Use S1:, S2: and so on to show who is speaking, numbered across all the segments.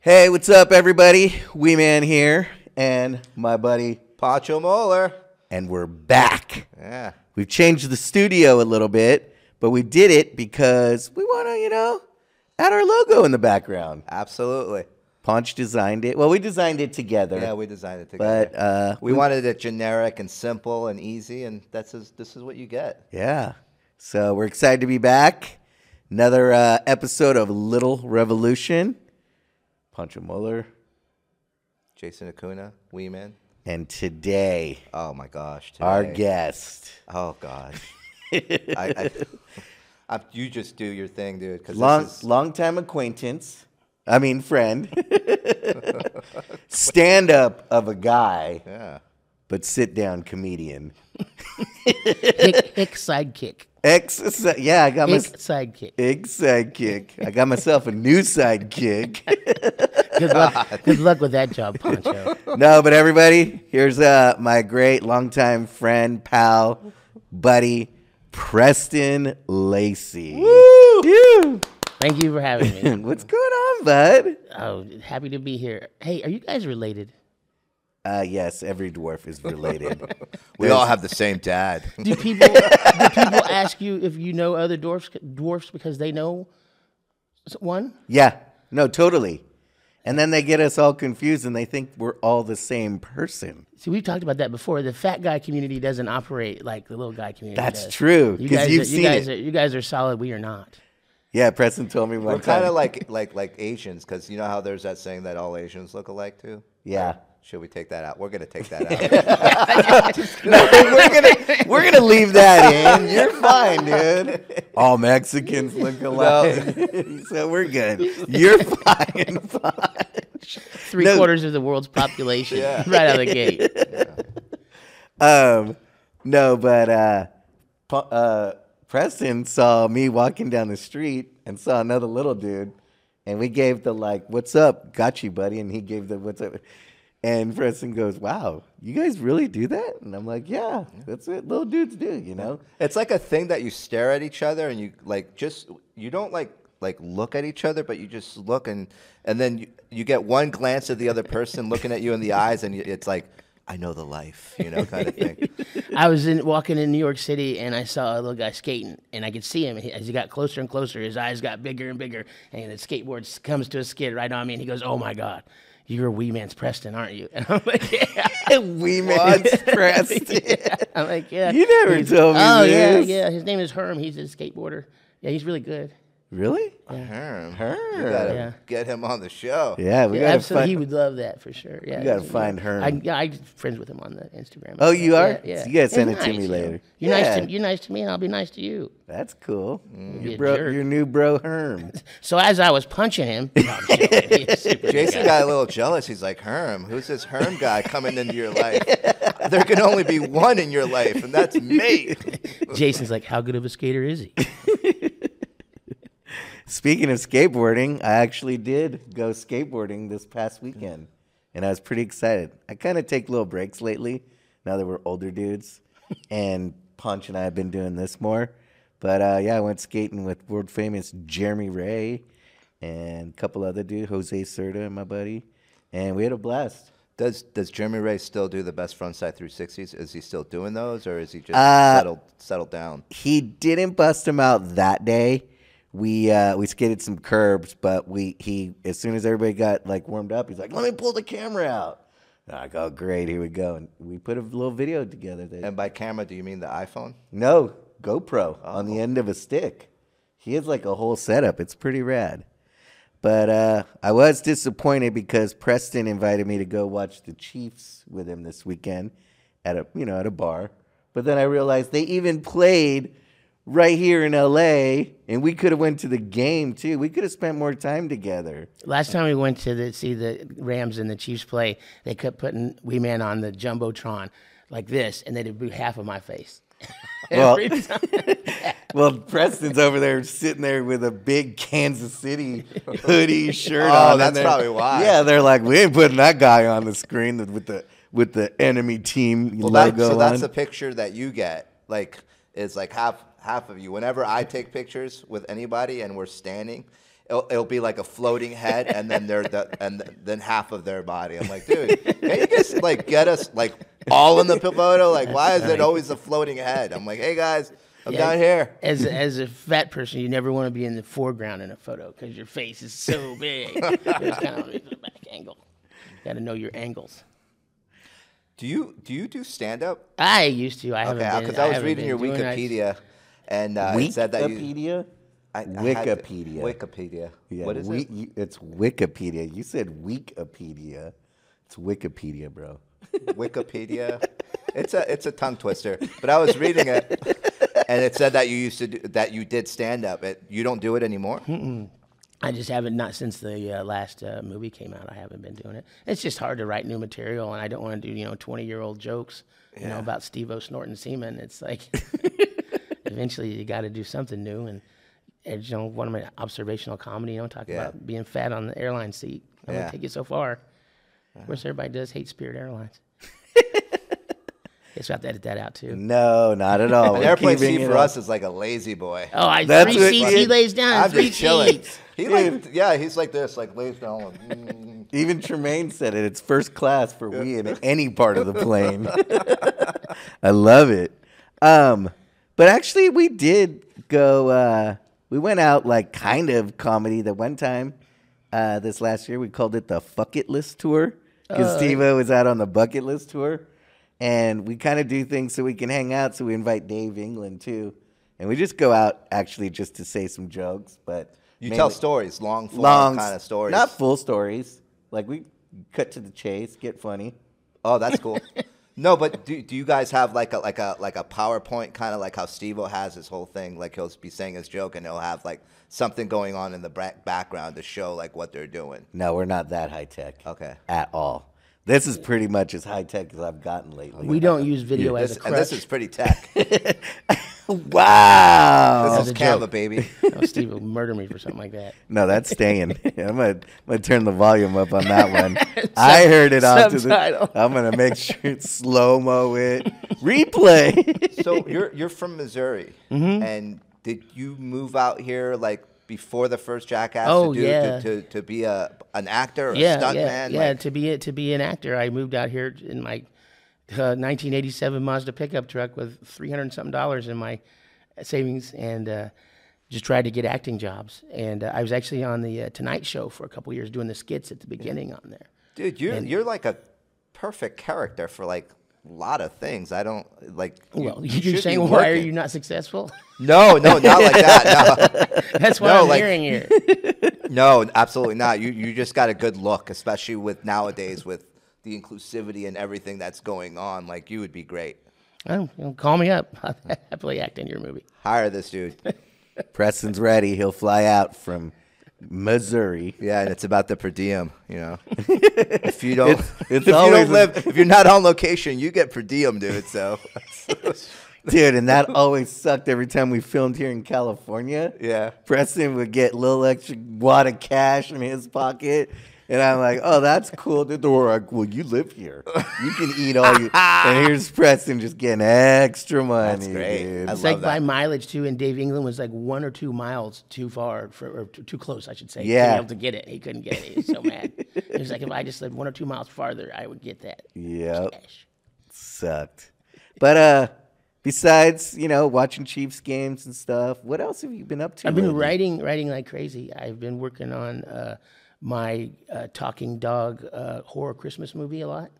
S1: Hey, what's up, everybody? Wee Man here, and my buddy,
S2: Pacho Moeller.
S1: and we're back.
S2: Yeah.
S1: We've changed the studio a little bit, but we did it because we want to, you know, add our logo in the background.
S2: Absolutely.
S1: Ponch designed it. Well, we designed it together.
S2: Yeah, we designed it together.
S1: but uh,
S2: we wanted it generic and simple and easy, and that's is, this is what you get.
S1: yeah. So we're excited to be back. Another uh, episode of Little Revolution. Pancho Muller,
S2: Jason Acuna, Weeman.
S1: and today,
S2: Oh my gosh.
S1: our
S2: today.
S1: guest.
S2: Oh God. I, I, I, you just do your thing, dude. Because
S1: long
S2: this is,
S1: long time acquaintance i mean friend stand up of a guy
S2: yeah.
S1: but sit down comedian
S3: Hick, hick sidekick.
S1: ex yeah i got my
S3: Hick sidekick.
S1: big sidekick i got myself a new sidekick
S3: Good luck, good luck with that job, Poncho.
S1: no but everybody here's uh my great longtime friend pal buddy preston lacey Woo!
S3: Thank you for having me.
S1: what's going on bud
S3: Oh, happy to be here. Hey, are you guys related?
S1: uh yes every dwarf is related
S2: We all have the same dad.
S3: Do people do people ask you if you know other dwarfs dwarfs because they know s- one?
S1: Yeah. No, totally. And then they get us all confused and they think we're all the same person.
S3: See, we've talked about that before. The fat guy community doesn't operate like the little guy community.
S1: That's
S3: does.
S1: true,
S3: You
S1: 'cause
S3: guys,
S1: you've
S3: are,
S1: seen
S3: you guys
S1: it.
S3: are you guys are solid. We are not.
S1: Yeah, Preston told me one
S2: We're
S1: time.
S2: kind of like like like Asians, because you know how there's that saying that all Asians look alike too.
S1: yeah.
S2: Should we take that out? We're gonna take that out.
S1: we're gonna we're gonna leave that in. You're fine, dude. All Mexicans look alike. so we're good. You're fine. Fudge.
S3: Three
S1: No.
S3: quarters of the world's population, right out of the gate.
S1: Um no, but uh Pu- uh Preston saw me walking down the street and saw another little dude and we gave the like, "What's up? Got you, buddy." And he gave the "What's up?" And Preston goes, "Wow, you guys really do that?" And I'm like, "Yeah, that's what little dudes do, you know."
S2: It's like a thing that you stare at each other and you like just you don't like like look at each other, but you just look and and then you, you get one glance at the other person looking at you in the eyes, and you- it's like I know the life, you know, kind of thing.
S3: I was in walking in New York City and I saw a little guy skating and I could see him and he, as he got closer and closer his eyes got bigger and bigger and the skateboard s- comes to a skid right on me and he goes oh my god you're a wee man's Preston aren't you and I'm like yeah
S1: we made Preston.
S3: I'm like yeah
S1: You never
S3: He's-
S1: told me
S3: oh yeah
S1: this.
S3: yeah his name is Herm he's a skateboarder yeah he's really good
S1: Really?
S2: Herm, Herm, you gotta
S3: Yeah.
S2: get him on the show.
S1: Yeah, we
S3: yeah,
S1: got to
S3: absolutely he
S1: find.
S3: would love that for sure yeah you
S1: gotta find Herm.
S3: I, yeah I'm friends with him on the Instagram
S1: Oh, you
S3: Yeah,
S1: are?
S3: yeah,
S1: So you gotta send
S3: It's
S1: it to me
S3: nice, you know.
S1: later.
S3: you're nice
S1: Yeah.
S3: to you're nice to me and I'll be nice to you
S1: That's cool.
S3: be
S1: Your
S3: a
S1: bro,
S3: jerk.
S1: your new bro Herm.
S3: So as I was punching him, No, I'm joking. He's a super
S2: Jason
S3: good guy.
S2: got a little jealous. He's like, Herm, who's this Herm guy coming into your life? There can only be one in your life, and that's me.
S3: Jason's like, how good of a skater is he?
S1: Speaking of skateboarding, I actually did go skateboarding this past weekend, and I was pretty excited. I kind of take little breaks lately now that we're older dudes, and Punch and I have been doing this more. But uh, yeah, I went skating with world famous Jeremy Ray and a couple other dudes, Jose Serta and my buddy, and we had a blast.
S2: Does Does Jeremy Ray still do the best frontside through sixties? Is he still doing those, or is he just
S1: Uh,
S2: settled settled down?
S1: he didn't bust him out that day. We uh, we skated some curbs, but we he as soon as everybody got like warmed up, he's like, "Let me pull the camera out." And I'm like, "Oh, great, here we go." And we put a little video together. That,
S2: And by camera, do you mean the iPhone?
S1: no GoPro on the end of a stick. He has like a whole setup. It's pretty rad. But uh, I was disappointed because Preston invited me to go watch the Chiefs with him this weekend at a you know at a bar. But then I realized they even played right here in LA, and we could have went to the game too. We could have spent more time together.
S3: Last time we went to the, see the Rams and the Chiefs play, they kept putting Wee Man on the jumbotron like this, and they'd do half of my face.
S1: Well,
S3: Every time.
S1: well, Preston's over there sitting there with a big Kansas City hoodie shirt
S2: Oh,
S1: on. and
S2: that's
S1: they're-
S2: probably why.
S1: Yeah, they're like, we ain't putting that guy on the screen with the with the enemy team
S2: Well,
S1: logo
S2: that, so
S1: on.
S2: that's the picture that you get. Like, is like half half of you. Whenever I take pictures with anybody and we're standing, it'll, it'll be like a floating head, and then their the, and then half of their body. I'm like, dude, can you just like get us like all in the photo? Like, why is it always a floating head? I'm like, hey guys, I'm
S3: Yeah.
S2: down here.
S3: As as a fat person, you never want to be in the foreground in a photo because your face is so big. it's kind of a back angle. Got to know your angles.
S2: Do you do you do stand up?
S3: I used to. I haven't
S2: Okay,
S3: been.
S2: because I was
S3: haven't
S2: reading
S3: been
S2: your
S3: doing it. I-
S2: Wikipedia, and uh, it said that you
S1: Wikipedia.
S2: I- I had to-
S1: Wikipedia.
S2: Wikipedia.
S1: Yeah,
S2: what is
S1: we-
S2: it?
S1: you- it's Wikipedia. You said Wikipedia. It's Wikipedia, bro.
S2: Wikipedia. it's a it's a tongue twister. But I was reading it, and it said that you used to do, that you did stand up. It, you don't do it anymore.
S1: Hmm.
S3: I just haven't not since the uh, last uh, movie came out. I haven't been doing it. It's just hard to write new material, and I don't want to do you know twenty year old jokes, you know, about Steve-O snorting semen. It's like eventually you got to do something new, and, and you know, one of my observational comedy. You know, talk
S2: Yeah.
S3: about being fat on the airline seat. I'm
S2: Yeah. Uh-huh.
S3: gonna take it so far. Of course, everybody does hate Spirit Airlines. Guess we have to edit that out too.
S1: No, not at all.
S2: An
S1: We're
S2: airplane
S1: keeping
S2: seat
S1: it
S2: for
S1: up.
S2: us is like a lazy boy.
S3: Oh, I
S1: That's
S3: three
S1: what-
S3: seats he lays down.
S2: I'm
S3: three
S2: just chilling.
S3: seats.
S2: He like, yeah, he's like this, like lays down. like, mm.
S1: Even Tremaine said it. It's first class for we in any part of the plane. I love it. Um, but actually, we did go. Uh, we went out like kind of comedy that one time uh, this last year. We called it the bucket list tour because
S2: Oh.
S1: Steve was out on the bucket list tour, and we kind of do things so we can hang out. So we invite Dave England too, and we just go out actually just to say some jokes. But
S2: You tell
S1: mainly-
S2: stories, long form
S1: long
S2: kind of
S1: s-
S2: stories.
S1: Not full stories. Like we cut to the chase, get funny.
S2: Oh, that's cool. no, but do, do you guys have like a like a like a PowerPoint kind of like how Stevo has his whole thing? Like he'll be saying his joke and he'll have like something going on in the bra- background to show like what they're doing.
S1: No, we're not that high tech.
S2: Okay.
S1: At all. This is pretty much as high tech as I've gotten lately.
S3: We don't use video as
S2: This,
S3: a
S2: and
S3: crutch.
S2: this is pretty tech. this
S1: Wow.
S2: is
S3: a joke.
S2: Canva, baby.
S3: No, Steve will murder me for something like that.
S1: No, that's staying. I'm gonna, I'm gonna turn the volume up on that one. I heard it on to the.
S3: subtitle.
S1: I'm gonna make sure it's slow mo it. Replay.
S2: So you're you're from Missouri,
S3: Mm-hmm.
S2: and did you move out here like? Before the first Jackass
S3: Oh,
S2: to do to,
S3: yeah.
S2: to, to be a an actor or a
S3: Yeah,
S2: stuntman,
S3: yeah,
S2: like-
S3: yeah. to be a, to be an actor, I moved out here in my uh, 1987 Mazda pickup truck with 300 and something dollars in my savings, and uh, just tried to get acting jobs. And uh, I was actually on the uh, Tonight Show for a couple years doing the skits at the beginning on there.
S2: Dude, you're you're like a perfect character for like a lot of things. I don't like. you-
S3: Well,
S2: you
S3: you,
S2: should
S3: you're
S2: be
S3: saying why are
S2: working.
S3: you not successful?
S2: No, no, not like that.
S3: That's what
S2: No,
S3: I'm
S2: like-
S3: hearing here.
S2: No, no, absolutely not. You you just got a good look, especially with nowadays with the inclusivity and everything that's going on. Like you would be great.
S3: Oh, well, call me up. I'll happily act in your movie.
S2: Hire this dude.
S1: Preston's ready. He'll fly out from Missouri.
S2: Yeah, and it's about the per diem. You know, if you don't,
S1: It's- it's
S2: if you
S1: always
S2: don't
S1: a-
S2: live, if you're not on location, you get per diem, dude. So
S1: Dude, and that always sucked every time we filmed here in California.
S2: Yeah.
S1: Preston would get little extra wad of cash in his pocket. And I'm like, oh, that's cool. Dude, they were like, well, you live here. You can eat all you. and here's Preston just getting extra money.
S2: great.
S1: dude.
S2: I
S3: It's
S2: love
S3: like
S2: that.
S3: by mileage too, and Dave England was like one or two miles too far for, or too, too close, I should say.
S1: Yeah.
S3: to be able to get it, he couldn't get it. He was so mad. He was like, if I just lived one or two miles farther, I would get that.
S1: Yep.
S3: cash."
S1: Sucked. But uh, besides, you know, watching Chiefs games and stuff, what else have you been up to?
S3: I've been
S1: lately?
S3: writing, writing like crazy. I've been working on uh, my uh, talking dog uh, horror Christmas movie a lot.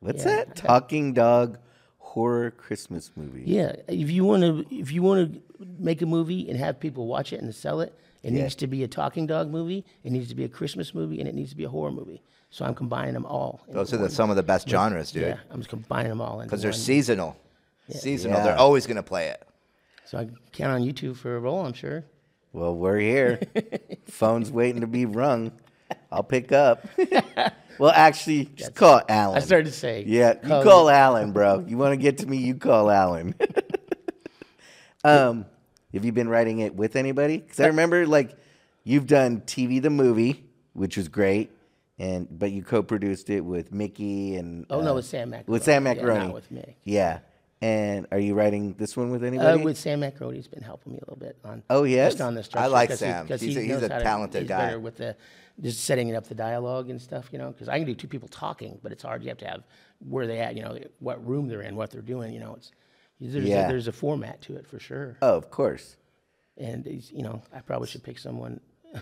S1: What's
S3: Yeah.
S1: that? Talking Dog horror Christmas movie.
S3: Yeah, if you want to, if you want to make a movie and have people watch it and sell it, it needs to be a talking dog movie. It needs to be a Christmas movie, and it needs to be a horror movie. So I'm combining them all. into
S2: those are
S3: one.
S2: the, some of the best genres, dude.
S3: Yeah, I'm just combining them all.
S2: because they're seasonal. Seasonal.
S1: Yeah.
S2: They're always gonna play it.
S3: So I can count on you two for a role, I'm sure.
S1: Well, we're here. Phone's waiting to be rung. I'll pick up. well, actually, just call Alan.
S3: I started to say.
S1: Oh. Yeah, you
S3: Oh,
S1: call Alan, bro. You want to get to me? You call Alan. um, have you been writing it with anybody? Because I
S3: Uh,
S1: remember, like, you've done TV the movie, which was great, and but you co-produced it with Mickey and
S3: Oh no,
S1: uh,
S3: with Sam Mac.
S1: with Sam Macaroni.
S3: not with me.
S1: Yeah. And are you writing this one with
S3: Uh,
S1: anybody?
S3: with Sam McRoad, he's been helping me a little bit on.
S1: Oh, yes?
S3: just on the
S1: I
S3: structure.
S2: like
S3: 'cause
S2: Sam.
S3: 'cause
S2: He's a- he's
S3: knows
S2: a
S3: how to-
S2: talented
S3: he's
S2: guy.
S3: Better with the just setting up the dialogue and stuff, you know, because I can do two people talking, but it's hard. You have to have where they at, you know, what room they're in, what they're doing, you know. It's there's
S1: Yeah.
S3: a, there's a format to it for sure,
S1: oh, of course.
S3: and it's, you know, I probably should pick someone a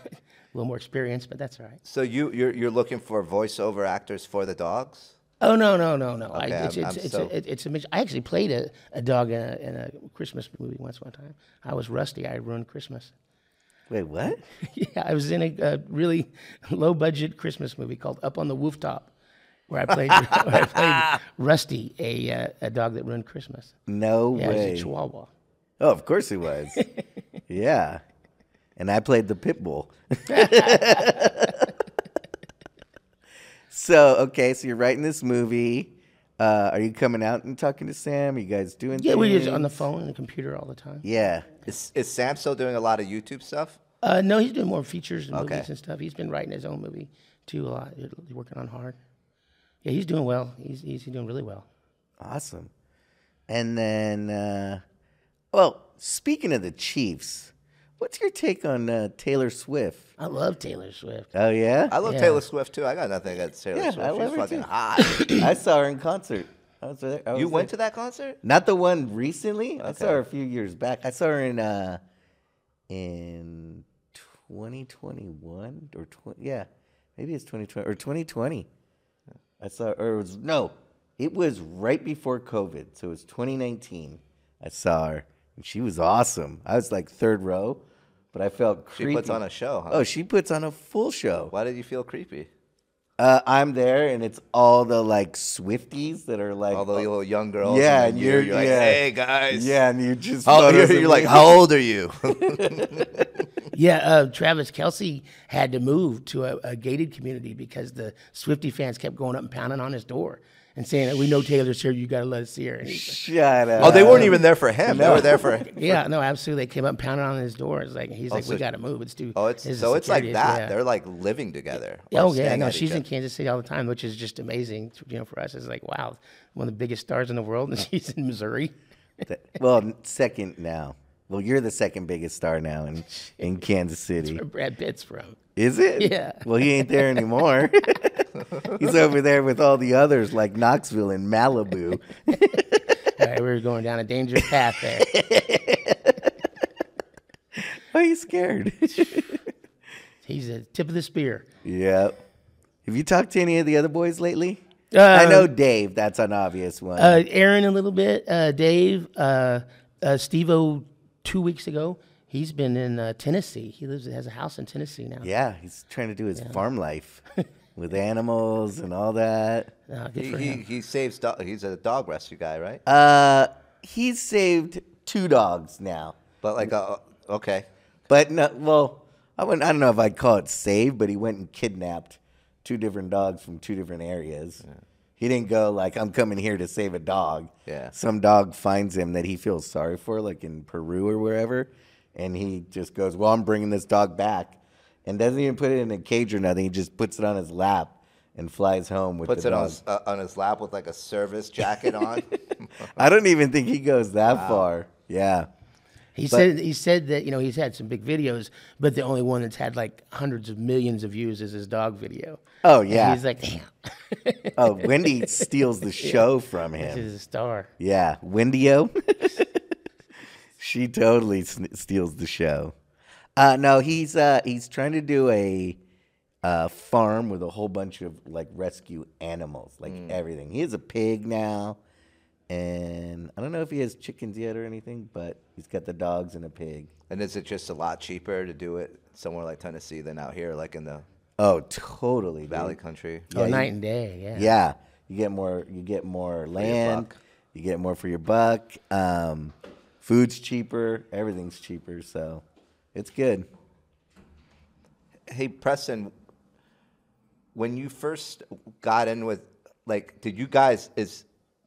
S3: little more experienced, but that's all right.
S2: So you you're you're looking for voiceover actors for the dogs?
S3: Oh no no no no!
S2: Okay,
S3: I, it's,
S2: I'm-
S3: it's,
S2: I'm
S3: it's,
S2: so-
S3: a, it- it's a, mis- I actually played a, a dog in a, in a Christmas movie once. One time, I was rusty. I ruined Christmas.
S1: Wait, what?
S3: yeah, I was in a, a really low budget Christmas movie called Up on the Rooftop, where I played, where I played Rusty, a uh, a dog that ruined Christmas.
S1: No
S3: Yeah, it was
S1: way.
S3: a Chihuahua.
S1: Oh, of course he was. yeah. And I played the pit bull. so, okay, so you're writing this movie. Uh, are you coming out and talking to Sam? Are you guys doing
S3: Yeah, we
S1: things?
S3: was on the phone and the computer all the time.
S1: Yeah.
S2: Is is Sam still doing a lot of YouTube stuff?
S3: Uh, no, he's doing more features and
S2: Okay.
S3: movies and stuff. He's been writing his own movie too a lot. He's working on hard. Yeah, he's doing well. He's he's doing really well.
S1: Awesome. And then, uh, well, speaking of the Chiefs, what's your take on uh, Taylor Swift?
S3: I love Taylor Swift.
S1: Oh, yeah?
S2: I love
S3: Yeah.
S2: Taylor Swift too. I got nothing against Taylor
S1: Yeah,
S2: Swift.
S1: I love
S2: She's
S1: her,
S2: fucking
S1: too.
S2: hot.
S1: I saw her in concert. I was there. I
S2: you
S1: was
S2: went
S1: there.
S2: to that concert?
S1: Not the one recently. I saw
S2: Okay.
S1: her a few years back. I saw her in uh in 2021 or 20, yeah, maybe it's 2020 or 2020. I saw or it was no, it was right before COVID, so it was 2019. I saw her and she was awesome. I was like third row, but I felt
S2: She
S1: creepy.
S2: puts on a show, huh?
S1: Oh, she puts on a full show.
S2: Why did you feel creepy?
S1: Uh, I'm there, and it's all the like Swifties that are like
S2: All the little young girls.
S1: Yeah,
S2: and
S1: and
S2: then you, you're,
S1: you're-
S2: like,
S1: yeah.
S2: hey guys.
S1: Yeah, and you just
S2: Oh,
S1: photos
S2: you're,
S1: of
S2: you're like,
S1: me.
S2: how old are you?
S3: Yeah, uh, Travis Kelsey had to move to a, a gated community because the Swifty fans kept going up and pounding on his door and saying that we know Taylor's here, you got to let us see her. And he's like,
S1: Shut up.
S2: oh, they weren't even there for him. They were there for.
S3: yeah, no, absolutely. They came up and pounded on his door. It's like he's like,
S2: Oh, so-
S3: we got to move. It's too.
S2: Oh, it's
S3: his
S2: so it's like
S3: security is-
S2: that.
S3: yeah.
S2: They're like living together. or
S3: Oh yeah,
S2: staying
S3: no,
S2: at each
S3: she's in
S2: other.
S3: Kansas City all the time, which is just amazing. You know, for us, it's like wow, one of the biggest stars in the world, and she's in Missouri.
S1: Th- well, n- second now. Well, you're the second biggest star now in, in Kansas City.
S3: Where Brad Pitt's from.
S1: Is it?
S3: Yeah.
S1: Well, he ain't there anymore. He's over there with all the others like Knoxville and Malibu.
S3: All right, we're going down a dangerous path there.
S1: Why are you Oh, scared?
S3: He's the tip of the spear.
S1: yep. Have you talked to any of the other boys lately? I know Dave. That's an obvious one.
S3: uh, Aaron a little bit, uh, Dave, uh, uh, Steve O two weeks ago. He's been in uh, Tennessee. He lives has a house in Tennessee now.
S1: yeah, he's trying to do his farm life with animals and all that.
S3: Uh, good
S2: He,
S3: for
S2: he,
S3: him.
S2: he saves. Dog, he's a dog rescue guy, right?
S1: Uh, he's saved two dogs now.
S2: but like, uh, okay.
S1: But no, well, I wouldn't. I don't know if I'd call it save, but he went and kidnapped two different dogs from two different areas. He didn't go like I'm coming here to save a dog.
S2: Yeah.
S1: Some dog finds him that he feels sorry for, like in Peru or wherever, and he just goes, "Well, I'm bringing this dog back," and doesn't even put it in a cage or nothing. He just puts it on his lap and flies home with
S2: Puts
S1: the
S2: it on
S1: dog.
S2: his, uh, on his lap with like a service jacket on.
S1: I don't even think he goes that far. Yeah.
S3: He said he said that you know he's had some big videos, but the only one that's had like hundreds of millions of views is his dog video.
S1: Oh
S3: And
S1: yeah.
S3: he's like, damn,
S1: oh, Wendy steals the show from him.
S3: he's a star.
S1: Yeah, Wendio. she totally sn- steals the show. Uh, no, he's uh, he's trying to do a uh, farm with a whole bunch of like rescue animals, like everything. He has a pig now, and I don't know if he has chickens yet or anything, but he's got the dogs and a pig.
S2: and is it just a lot cheaper to do it somewhere like Tennessee than out here, like in the
S1: Oh, totally, dude.
S2: Valley Country?
S3: Oh,
S1: Yeah,
S3: night
S1: you-
S3: and day. Yeah.
S1: Yeah, you get more. You get more land.
S2: buck.
S1: You get more for your buck. Um, food's cheaper. Everything's cheaper. So it's good.
S2: Hey, Preston, when you first got in with, like, did you guys is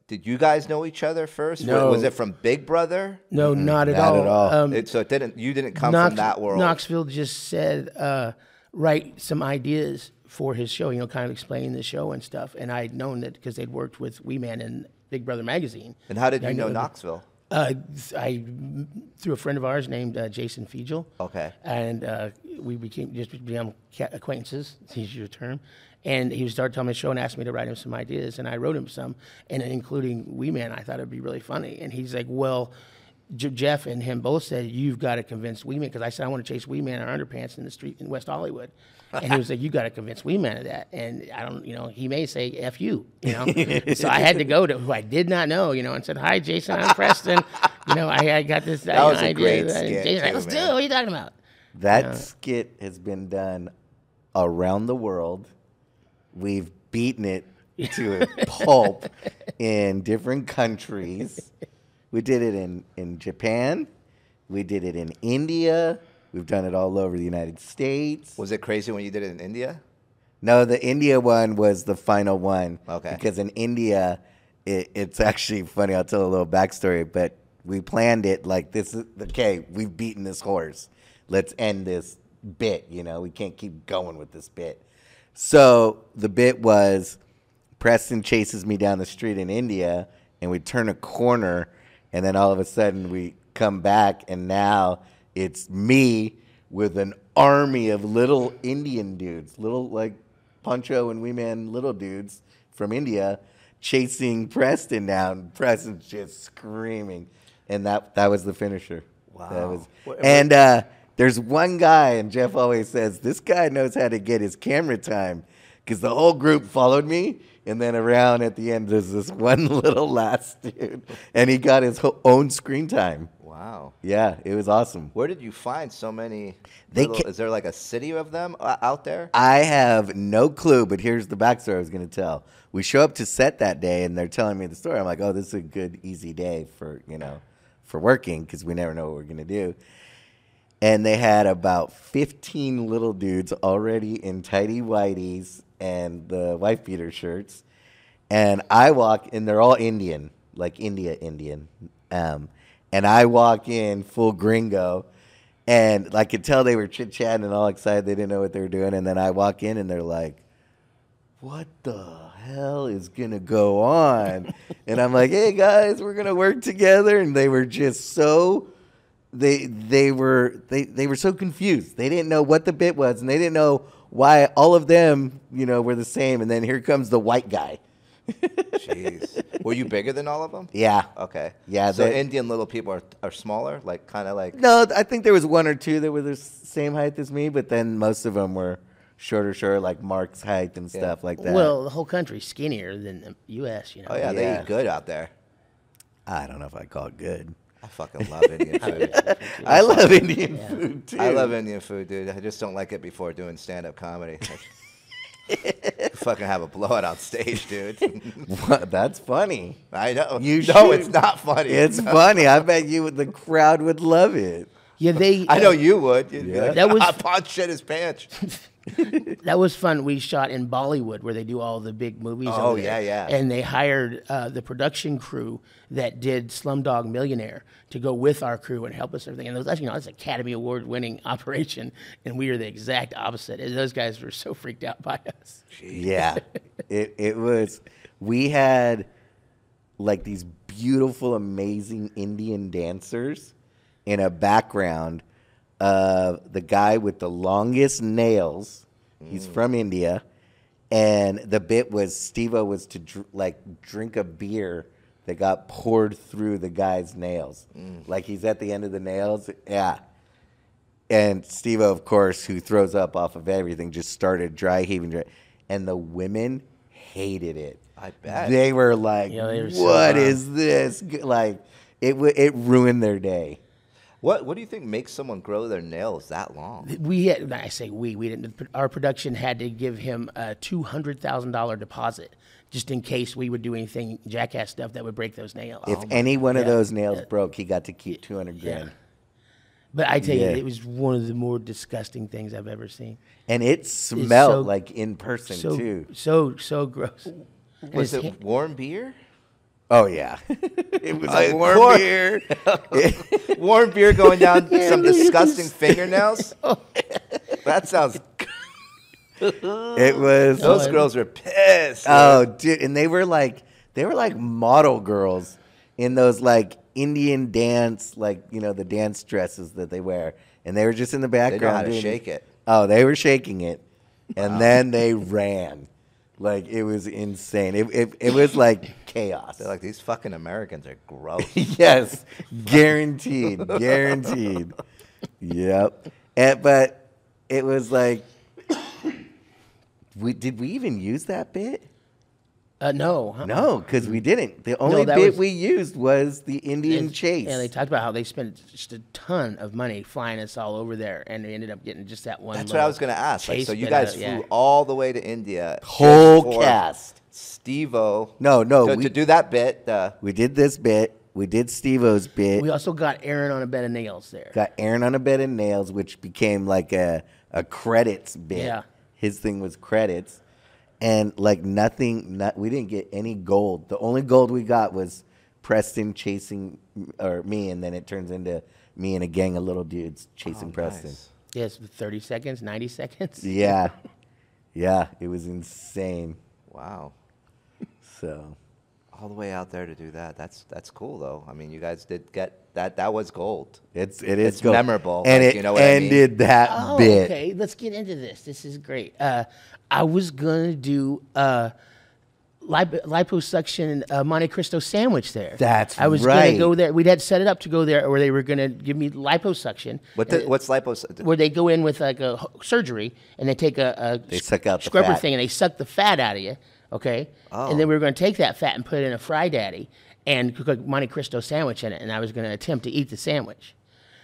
S2: did you guys know each other first? Wa-
S3: No.
S2: Was it from Big Brother?
S3: No, not at
S1: Mm-hmm. not
S3: all.
S1: at all.
S3: Um,
S2: It, so it didn't. You didn't come
S3: Knox-
S2: from that world.
S3: Knoxville just said, uh, write some ideas for his show, you know, kind of explaining the show and stuff. And I'd known that because they'd worked with Wee Man and Big Brother magazine.
S2: And how did you
S3: I
S2: know
S3: know-
S2: Knoxville?
S3: Uh, I through a friend of ours named uh, Jason Fiegel.
S2: Okay.
S3: And uh, we became just became ca- acquaintances. To use your term. And he started telling me a show and asked me to write him some ideas, and I wrote him some, and including Wee Man, I thought it'd be really funny. And he's like, "Well, J- Jeff and him both said you've got to convince Wee Man because I said I want to chase Wee Man in our underpants in the street in West Hollywood." And he was like, "You got to convince Wee Man of that." And I don't, you know, he may say "f you," you know. so I had to go to who I did not know, you know, and said, "Hi, Jason, I'm Preston. You know, I, I got this
S2: That was a
S3: idea."
S2: great
S3: And
S2: skit
S3: Jason's like,
S2: too,
S3: "Let's do.
S2: man.
S3: it. What are you talking about?"
S1: That skit has been done around the world. We've beaten it to a pulp in different countries. We did it in, in Japan. We did it in India. We've done it all over the United States.
S2: Was it crazy when you did it in India?
S1: No, the India one was the final one.
S2: Okay.
S1: Because in India, it, it's actually funny. I'll tell a little backstory, but we planned it like this is okay, we've beaten this horse. Let's end this bit. You know, we can't keep going with this bit. So the bit was Preston chases me down the street in India, and we turn a corner, and then all of a sudden we come back, and now it's me with an army of little Indian dudes, little like Pancho and Wee Man, little dudes from India, chasing Preston down. Preston's just screaming, and that that was the finisher. That
S2: Wow.
S1: was, and uh, there's one guy, and Jeff always says, This guy knows how to get his camera time because the whole group followed me. And then around at the end, there's this one little last dude, and he got his ho- own screen time.
S2: Wow.
S1: Yeah, it was awesome.
S2: Where did you find so many?
S1: They
S2: little-
S1: ca-
S2: is there like a city of them uh, out there?
S1: I have no clue, but here's the backstory I was going to tell. We show up to set that day, and they're telling me the story. I'm like, oh, this is a good, easy day for, you know, for working because we never know what we're going to do. and they had about 15 little dudes already in tidy whities and the wife beater shirts and i walk and they're all indian like india indian um, and i walk in full gringo and i could tell they were chit-chatting and all excited they didn't know what they were doing and then i walk in and they're like what the hell is gonna go on? and I'm like, hey guys, we're gonna work together. And they were just so they they were they, they were so confused. They didn't know what the bit was and they didn't know why all of them, you know, were the same. And then here comes the white guy.
S2: Jeez. Were you bigger than all of them?
S1: Yeah.
S2: Okay.
S1: Yeah,
S2: So
S1: they-
S2: Indian little people are, are smaller, like kind of like.
S1: No, I think there was one or two that were the s- same height as me, but then most of them were shorter, shorter, like Mark's height and
S2: Yeah.
S1: stuff like that.
S3: Well, the whole country's skinnier than the U.S. You know.
S2: Oh yeah, they
S1: Yeah.
S2: eat good out there.
S1: I don't know if I call it good.
S2: I fucking love Indian food.
S1: I love Indian food too.
S2: I love Indian food, dude. I just don't like it before doing stand-up comedy. Like, fucking have a blowout on stage, dude.
S1: That's funny.
S2: I know.
S1: You
S2: no,
S1: should.
S2: it's not funny.
S1: It's funny. I bet you the crowd would love it.
S3: Yeah, they. uh,
S2: I know you would. You'd be
S1: Yeah.
S2: like,
S3: That
S2: that
S3: was-
S2: was Ponch shit his pants.
S3: That was fun. We shot in Bollywood where they do all the big movies.
S2: Oh,
S3: over there.
S2: yeah, yeah.
S3: And they hired uh, the production crew that did Slumdog Millionaire to go with our crew and help us and everything. And those, that's, you know, that's an Academy Award winning operation, and we are the exact opposite. And those guys were so freaked out by us.
S1: Yeah. It it was we had like these beautiful amazing Indian dancers in a background of the guy with the longest nails. He's
S2: Mm.
S1: from India and the bit was Steve-O was to dr- like drink a beer that got poured through the guy's nails.
S2: Mm.
S1: Like he's at the end of the nails. Yeah. And Steve, of course, who throws up off of everything, just started dry heaving. Dry, and the women hated it.
S2: I bet.
S1: They were like,
S3: Yeah,
S1: "What
S3: they were
S1: is
S3: so bummed.
S1: this? G- Like, it, w- it ruined their day.
S2: What What do you think makes someone grow their nails that long?
S3: We had, I say we, we didn't, our production had to give him a $200,000 deposit just in case we would do anything jackass stuff that would break those nails.
S1: If any one of those nails broke, he got to keep 200 grand.
S3: But I tell
S1: Yeah.
S3: you, it was one of the more disgusting things I've ever seen.
S1: And it smelled
S3: so-
S1: like in person,
S3: So
S1: too.
S3: so so gross. And
S2: Was
S3: his
S2: it
S3: hand-
S2: warm beer?
S1: Oh, yeah. it was
S2: Of
S1: a warm
S2: course.
S1: beer.
S2: Warm beer going down some
S3: you can
S2: disgusting fingernails? that sounds.
S1: It was.
S2: Those girls were pissed.
S1: Oh, dude, Oh, and they were like They were like model girls in those like Indian dance, like you know the dance dresses that they wear, and they were just in the
S2: They
S1: background.
S2: know how to
S1: doing-
S2: shake it.
S1: Oh, they were shaking it, and then they ran. Like it was insane. It it, it was like chaos.
S2: They're like these fucking Americans are gross.
S1: yes, guaranteed, guaranteed. Yep. And, but it was like, we did we even use that bit?
S3: Uh, no. huh?
S1: No, because we didn't. The only
S3: that
S1: bit
S3: was-
S1: we used was the Indian
S3: And-
S1: chase.
S3: Yeah, they talked about how they spent just a ton of money flying us all over there, and they ended up getting just that one.
S2: That's what I
S3: little
S2: was gonna ask. Like,
S3: chase
S2: so you
S3: bit out
S2: guys
S3: of- yeah.
S2: flew all the way to India. just
S1: Whole
S2: for
S1: cast.
S2: Steve-O.
S1: No, no,
S2: To,
S1: we- Oh,
S2: to do that bit, uh,
S1: we did this bit. We did Stevo's bit.
S3: We also got Aaron on a bed of nails there.
S1: got Aaron on a bed and nails, which became like a a credits bit.
S3: Yeah.
S1: His thing was credits, and like nothing. Not, we didn't get any gold. The only gold we got was Preston chasing or me, and then it turns into me and a gang of little dudes
S3: Oh,
S1: chasing Preston.
S2: nice.
S3: yes, 30 seconds, 90 seconds.
S1: Yeah, yeah, it was insane.
S2: Wow.
S1: So
S2: All the way out there to do that. That's that's cool though. I mean, you guys did get that. That was gold.
S1: it's it is
S2: It's
S1: gold.
S2: memorable,
S1: and
S2: like,
S1: it
S2: you know what I mean?
S1: ended that
S3: Oh,
S1: bit.
S3: okay. Let's get into this. This is great. Uh, I was gonna do uh, lip- liposuction uh, Monte Cristo sandwich there.
S1: That's
S3: I was
S1: right.
S3: gonna go there. We'd had set it up to go there, or they were gonna give me liposuction.
S2: What
S3: and
S1: Uh,
S2: the, what's lipos?
S3: where they go in with like a h- surgery and they take a, a
S1: They suck out the
S3: scrubber
S1: fat. Oh.
S3: thing and they suck the fat out of you. Okay, and then we were going to take that fat and put it in a fry daddy and cook a Monte Cristo sandwich in it, and I was going to attempt to eat the sandwich.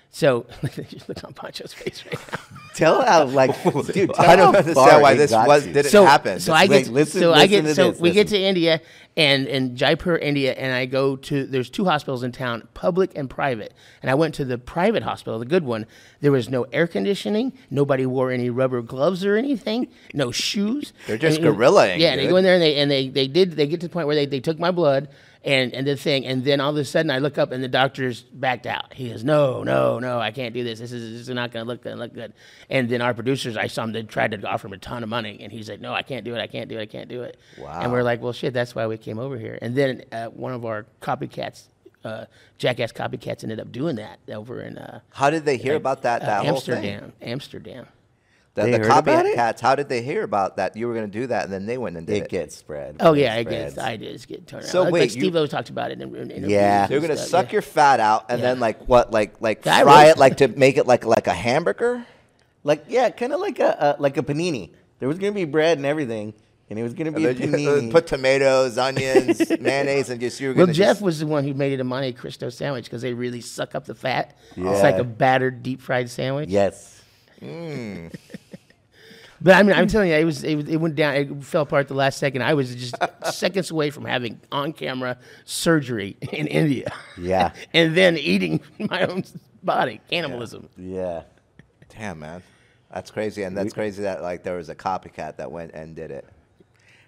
S3: So just look on Pancho's face right now.
S1: Tell how like dude. Tell
S2: I don't
S1: how
S2: understand
S1: far
S2: why
S1: it
S2: this
S1: got
S2: was
S1: you.
S2: didn't
S3: so,
S2: happen.
S3: So I
S1: Wait,
S3: get
S1: listen-
S3: so I
S1: listen
S3: get
S1: to
S3: so
S1: this,
S3: we get to
S1: listen.
S3: India and and Jaipur, India, and I go to there's two hospitals in town, public and private. And I went to the private hospital, the good one. There was no air conditioning. Nobody wore any rubber gloves or anything. No shoes.
S2: They're just
S3: And- and-
S2: guerrillaing,
S3: Yeah, and they
S2: dude.
S3: go in there and they and they they did they get to the point where they, they took my blood. And, and the thing, and then all of a sudden I look up and the doctor's backed out. He goes, no, no, no, I can't do this. This is, this is not going to look good, look good. And then our producers, I saw him, they tried to offer him a ton of money, and he's like, no, I can't do it, I can't do it, I can't do it. And we're like, well, shit, that's why we came over here. And then uh, one of our copycats, uh, jackass copycats, ended up doing that over in uh,
S2: How did they hear about that?
S3: uh,
S2: That whole thing.
S3: Amsterdam. Amsterdam.
S2: The,
S1: They
S2: the
S1: heard about it?
S2: copycats. How did they hear about that? You were going to do that, and then they went and did
S1: It
S2: it.
S1: gets spread.
S3: Oh yeah, I
S1: spreads.
S3: guess I did just get turned
S2: So
S3: around. Like-
S2: wait,
S3: like
S2: you-
S3: Steve O talked about it in, in interviews
S1: Yeah.
S3: and
S2: They're gonna
S3: stuff,
S2: suck
S3: yeah.
S2: your fat out and then
S3: Yeah.
S2: like what like like
S3: I
S2: fry
S3: was-
S2: it like to make it like like a hamburger?
S1: Like yeah, kind of like a, a like a panini. There was gonna be bread and everything, and it was gonna be a
S2: And then you- uh,
S1: panini.
S2: Put tomatoes, onions, mayonnaise, and just you were
S3: Well,
S2: gonna
S3: Jeff
S2: just-
S3: was the one who made it a Monte Cristo sandwich because they really suck up the fat.
S1: Yeah.
S3: It's like a battered deep fried sandwich.
S1: yes,
S3: But I mean, I'm telling you, it was it, was- it went down. It fell apart the last second. I was just seconds away from having on camera surgery in India.
S1: Yeah.
S3: and then eating my own body, cannibalism.
S1: yeah,
S2: Damn man. That's crazy. And that's crazy that like there was a copycat that went and did it.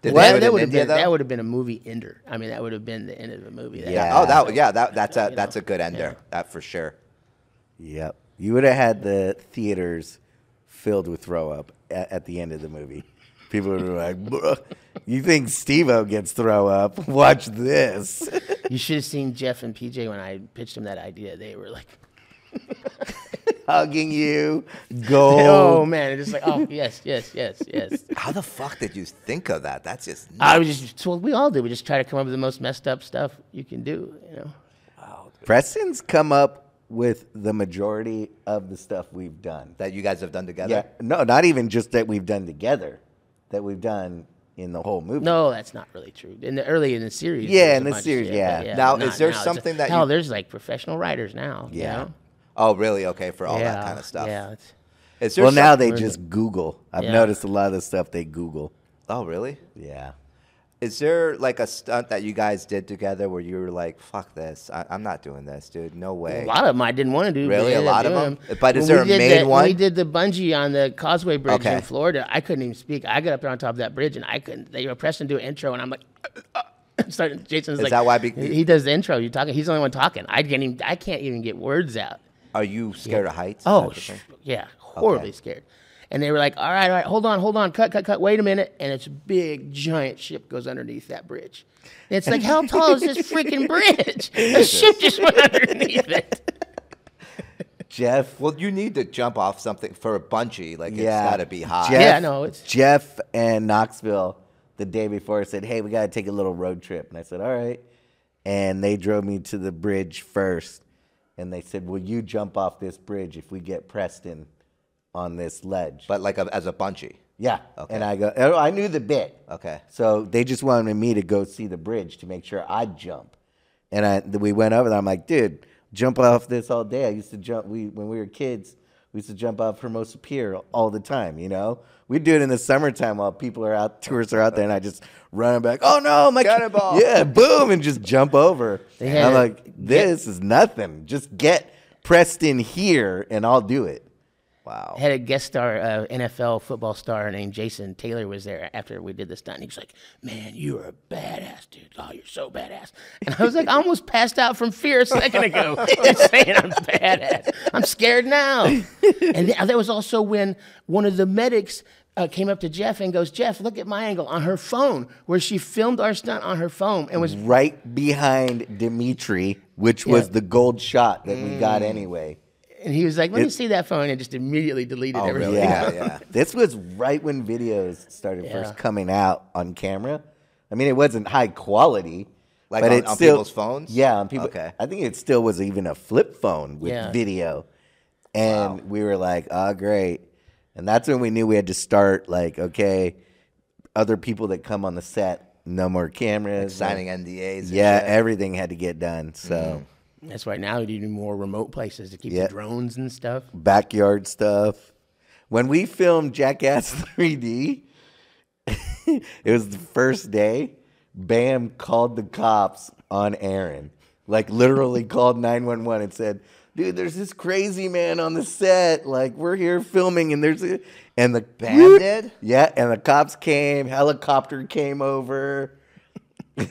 S2: Did
S1: Well,
S2: they do
S1: that
S2: it in
S3: would have
S2: India,
S3: been that
S2: though?
S3: would have been a movie ender. I mean, that would have been the end of the movie. That-
S1: Yeah.
S2: Oh that yeah, that that's a that's a good ender.
S3: Yeah.
S2: That for sure.
S1: yep. You would have had the theaters filled with throw up at, at the end of the movie. People would be like, "Bruh, "You think Steve-O gets throw up? Watch this."
S3: You should have seen Jeff and PJ when I pitched them that idea. They were like,
S1: Hugging you, gold.
S3: "Oh man!" And it's like, "Oh yes, yes, yes, yes."
S2: How the fuck did you think of that? That's just
S3: I was just so we all do. We just try to come up with the most messed up stuff you can do. You know,
S1: Preston's come up with the majority of the stuff we've done.
S2: that you guys have done together.
S1: Yeah, no, not even just that we've done together, that we've done in the whole movie.
S3: no, that's not really true. In the early in the series,
S1: Yeah,
S3: there was
S1: in
S3: a
S1: the
S3: bunch of
S1: series,
S3: shit,
S1: yeah.
S3: but
S2: Now,
S3: not
S2: is there
S3: It's
S2: something that
S3: hell?
S2: you-
S3: there's like professional writers now. you
S1: Yeah.
S3: know?
S2: Oh really? Okay, for all
S3: yeah,
S2: that kind of stuff.
S3: Yeah, it's-
S2: Is there
S1: Well, now
S2: some-
S1: they just Google. I've
S3: Yeah.
S1: noticed a lot of the stuff they Google.
S2: Oh really?
S1: Yeah.
S2: Is there like a stunt that you guys did together where you were like, "Fuck this, I- I'm not doing this, dude. No way."
S3: a lot of them I didn't want to do. but
S2: Really? A
S3: I ended up
S2: lot of
S3: doing
S2: them? But is
S3: When
S2: there
S3: we
S2: a
S3: did
S2: main
S3: the- when
S2: one?
S3: We did the bungee on the Causeway Bridge
S2: Okay.
S3: in Florida. I couldn't even speak. I got up there on top of that bridge and I couldn't. They were pressing to do an intro, and I'm like. Starting, Jason's
S2: Is
S3: like,
S2: that why be-
S3: he he does the intro? You talking? He's the only one talking. I can't even. I can't even get words out.
S2: Are you scared of heights?
S3: Oh,
S2: Type of
S3: sh-
S2: thing?
S3: yeah, horribly
S2: Okay.
S3: scared. And they were like, all right, all right, hold on, hold on, cut, cut, cut, wait a minute. And it's a big, giant ship goes underneath that bridge. And it's like, how tall is this freaking bridge? A ship just went underneath it.
S1: Jeff.
S2: Well, you need to jump off something for a bungee. Like
S1: yeah,
S2: it's got to be high.
S1: Jeff,
S3: Yeah, no, it's-
S1: Jeff and Knoxville the day before said, "Hey, we got to take a little road trip," and I said, "All right." And they drove me to the bridge first, and they said, "Will you jump off this bridge if we get Preston on this ledge?"
S2: But like a, as a bungee.
S1: yeah,
S2: Okay.
S1: and I go, oh, "I knew the bit."
S2: Okay.
S1: So they just wanted me to go see the bridge to make sure I jump. And I th- we went over there. I'm like, dude, jump off this all day. I used to jump we when we were kids, we used to jump off Hermosa Pier all the time, you know? We do it in the summertime while people are out tourists are out there and I just run back, oh no, my
S2: Cannonball.
S1: Yeah, boom, and just jump over.
S3: They
S1: And I'm
S3: had-
S1: like, this is nothing. Just get Preston here and I'll do it.
S2: Wow.
S3: had a guest star, uh, NFL football star named Jason Taylor was there after we did this stunt. He was like, "Man, you are a badass, dude. Oh, you're so badass." And I was like, "I almost passed out from fear a second ago. You're saying I'm badass. I'm scared now." And th- that was also when one of the medics. Uh, came up to Jeff and goes, Jeff, look at my angle on her phone, where she filmed our stunt on her phone and was
S1: Right behind Dimitri, which was
S3: Yeah. Mm.
S1: the gold shot that we got anyway.
S3: and he was like, let me see that phone and just immediately deleted everything.
S1: Yeah,
S2: Yeah.
S1: yeah. This was right when videos started
S3: Yeah.
S1: first coming out on camera. I mean, it wasn't high quality,
S2: Like
S1: but
S2: on-
S1: it
S2: on
S1: still-
S2: people's phones?
S1: Yeah, on people.
S2: Okay.
S1: I think it still was even a flip phone with
S3: Yeah.
S1: video, and we were like, "Oh, great!" And that's when we knew we had to start like, okay, other people that come on the set, no more cameras,
S2: Signing NDAs. and
S1: Yeah,
S2: shit. Mm-hmm.
S1: everything had to get done. So
S3: That's right. Now you need more remote places to keep
S1: Yeah.
S3: the drones and stuff.
S1: backyard stuff. When we filmed Jackass 3D, it was the first day. Bam called the cops on Aaron, like literally called 911 and said, "Dude, there's this crazy man on the set. Like we're here filming, and there's a and the
S2: Bam did?
S1: yeah, and the cops came, helicopter came over."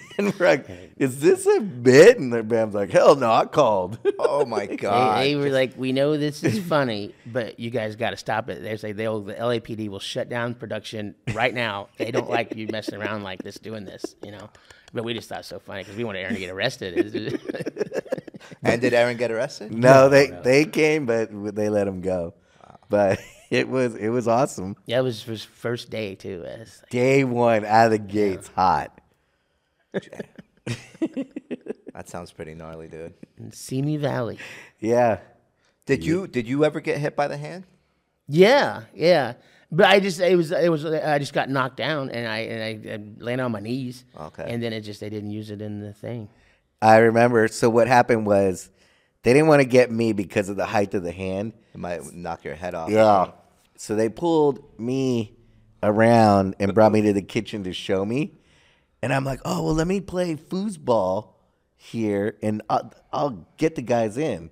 S1: and we're like, is this a bit? And the Bam's like, hell no, I called.
S2: Oh my god.
S3: They, they were like, "We know this is funny, but you guys got to stop it." They say they'll the LAPD will shut down production right now. They don't like you messing around like this, doing this, you know. But we just thought it was so funny because we wanted Aaron to get arrested.
S2: and did Aaron get arrested?
S1: No, they they came, but they let him go. But it was it was awesome.
S3: yeah, it was his first day too. It's like,
S1: Day one out of the gates, hot.
S2: That sounds pretty gnarly, dude.
S3: in Simi Valley.
S1: Yeah,
S2: Did you did you ever get hit by the hand?
S3: Yeah, yeah. But I just it was it was I just got knocked down and I and I, I landed on my knees.
S2: Okay.
S3: And then it just they didn't use it in the thing.
S1: I remember. So what happened was they didn't want to get me because of the height of the hand.
S2: It might knock your head off.
S1: Yeah. So they pulled me around and brought me to the kitchen to show me. And I'm like, oh, well, let me play foosball here and I'll, I'll get the guys in.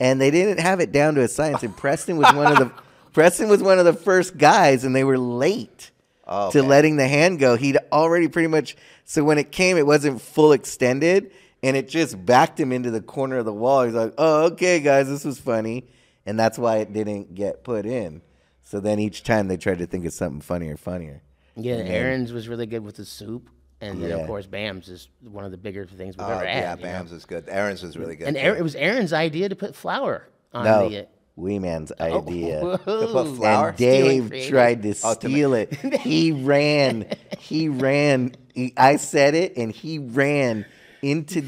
S1: And they didn't have it down to a science. And Preston was one of the. Preston was one of the first guys, and they were late
S2: Oh,
S1: to
S2: okay.
S1: letting the hand go. He'd already pretty much so when it came, it wasn't full extended, and it just backed him into the corner of the wall. He's like, "Oh, okay, guys, this was funny," and that's why it didn't get put in. So then each time they tried to think of something funnier, funnier.
S3: Yeah, Aaron's was really good with the soup, and then
S1: Yeah.
S3: of course Bam's is one of the bigger things we've
S2: Oh,
S3: ever
S2: yeah,
S3: had. you know?
S2: Bam's was good. Aaron's was really good.
S3: And
S2: too.
S3: Aaron, it was Aaron's idea to put flour on
S1: No,
S3: the. uh,
S1: Wee Man's idea.
S2: to put
S3: Whoa.
S2: flour.
S1: And Dave
S3: creative.
S1: tried to
S2: Oh, to
S1: steal it. He ran. He ran. He, I said it, and he ran into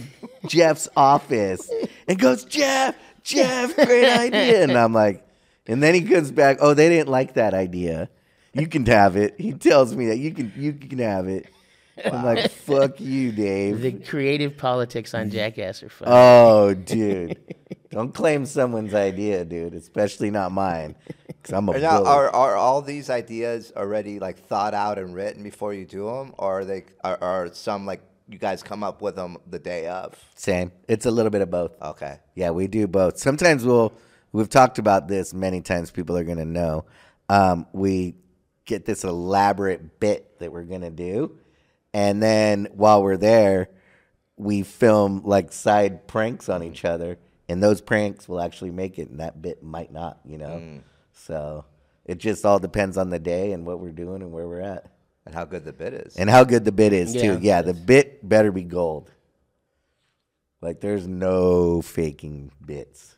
S1: Jeff's office and goes, Jeff, Jeff, great idea. And I'm like, and then he comes back. Oh, they didn't like that idea. You can have it. He tells me that you can. You can have it. I'm like, fuck you, Dave.
S3: The creative politics on Jackass are fun.
S1: Oh, dude. Don't claim someone's idea, dude, especially not mine. Because I'm a
S2: Are,
S1: bully.
S2: now, are are all these ideas already like thought out and written before you do them, or are they are, are some like you guys come up with them the day of?
S1: Same. It's a little bit of both.
S2: Okay.
S1: Yeah, we do both. Sometimes we'll we've talked about this many times. People are gonna know. Um, we get this elaborate bit that we're gonna do, and then while we're there, we film like side pranks on each other, and those pranks will actually make it, and that bit might not. You know, so It just all depends on the day and what we're doing and where we're at
S2: and how good the bit is.
S1: and how good the bit is
S3: Yeah.
S1: too. Yeah, the bit better be gold. Like there's no faking bits.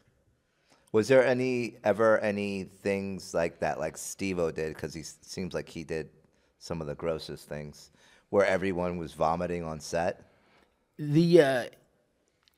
S2: Was there any ever any things like that, like Steve-O did, because he s- seems like he did some of the grossest things, where everyone was vomiting on set?
S3: The uh,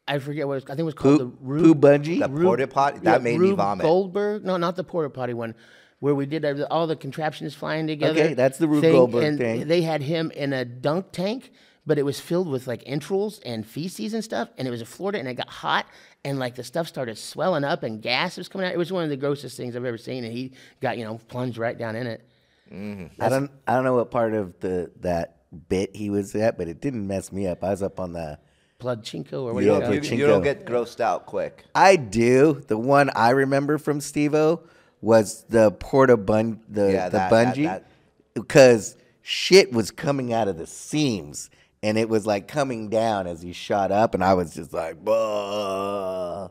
S3: I forget what it was. I think it was called
S1: Poo,
S3: the
S1: poo
S3: Rube,
S1: bungee.
S2: The porta potty that
S3: yeah,
S2: made me
S3: Rube
S2: vomit.
S3: Goldberg, no, not the porta potty one, where we did uh, all the contraptions flying together.
S1: Okay, that's the Rube Goldberg
S3: and
S1: thing.
S3: They had him in a dunk tank, but it was filled with like entrails and feces and stuff, and it was in Florida, and it got hot, and like the stuff started swelling up, and gas was coming out. It was one of the grossest things I've ever seen, and he got you know plunged right down in it.
S1: I don't I don't know what part of the that bit he was at, but it didn't mess me up. I was up on the
S3: Pludchinko or what
S2: You
S3: do you
S1: Yeah,
S2: don't,
S3: call it?
S2: you,
S1: Pachinko.
S2: you don't get grossed out quick.
S1: I do. The one I remember from Stevo was the porta bun the,
S2: Yeah,
S1: the
S2: that- that-
S1: bungee
S2: that.
S1: because shit was coming out of the seams and it was like coming down as he shot up and I was just like "Bah."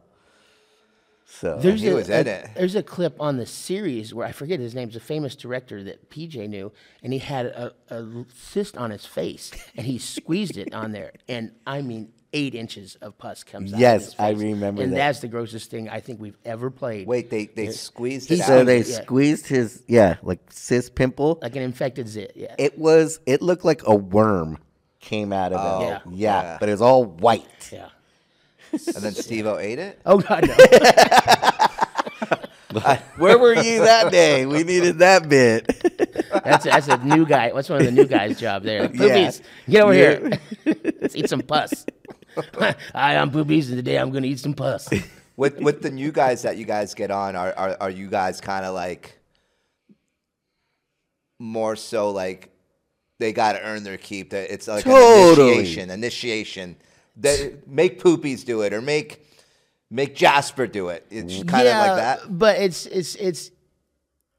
S1: So
S3: There's
S2: he
S3: a,
S2: was
S3: a-
S2: in it.
S3: There's a clip on the series where I forget his name's a famous director that PJ knew, and he had a, a cyst on his face, and he squeezed it on there, and I mean eight inches of pus comes out.
S1: Yes,
S3: of his
S1: I
S3: face.
S1: remember
S3: And
S1: that.
S3: that's the grossest thing I think we've ever played.
S2: Wait, they they squeezed
S3: He
S2: it out.
S1: so they
S3: yeah.
S1: squeezed his yeah, like cyst pimple.
S3: like an infected zit. Yeah,
S1: It was it looked like a worm came out of it. Yeah.
S3: Oh,
S2: yeah.
S1: but it was all white.
S3: yeah.
S2: and then Steve-O ate it.
S3: Oh God, no.
S1: Where were you that day? We needed that bit.
S3: that's a, that's a new guy. That's one of the new guys' job there. Like,
S1: Yeah.
S3: Boobies, get over
S1: Yeah.
S3: here. Let's eat some pus. Hi, I'm Boobies, and today I'm gonna eat some pus.
S2: With with the new guys that you guys get on, are are, are you guys kind of like more so like they got to earn their keep? That it's like
S1: Totally.
S2: an initiation. Initiation. They make poopies do it, or make make Jasper do it. It's
S1: Mm.
S2: kind of like that.
S3: But it's it's it's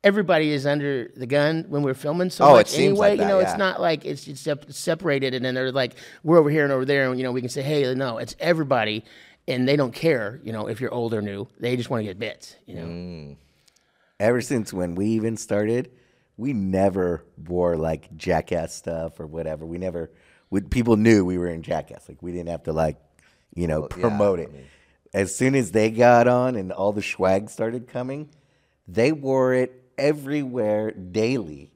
S3: everybody is under the gun when we're filming so
S2: Oh, it
S3: much
S2: seems
S3: anyway.
S2: like
S3: you
S2: that,
S3: know,
S2: yeah.
S3: it's not like it's it's sep- separated and then they're like we're over here and over there and you know we can say hey no it's everybody and they don't care you know if you're old or new they just want to get bits you know
S1: Ever since when we even started, we never wore like jackass stuff or whatever. We never we, people knew we were in jackass. Like we didn't have to like, you know,
S2: yeah,
S1: promote
S2: I
S1: it. as soon as they got on and all the swag started coming, they wore it everywhere daily.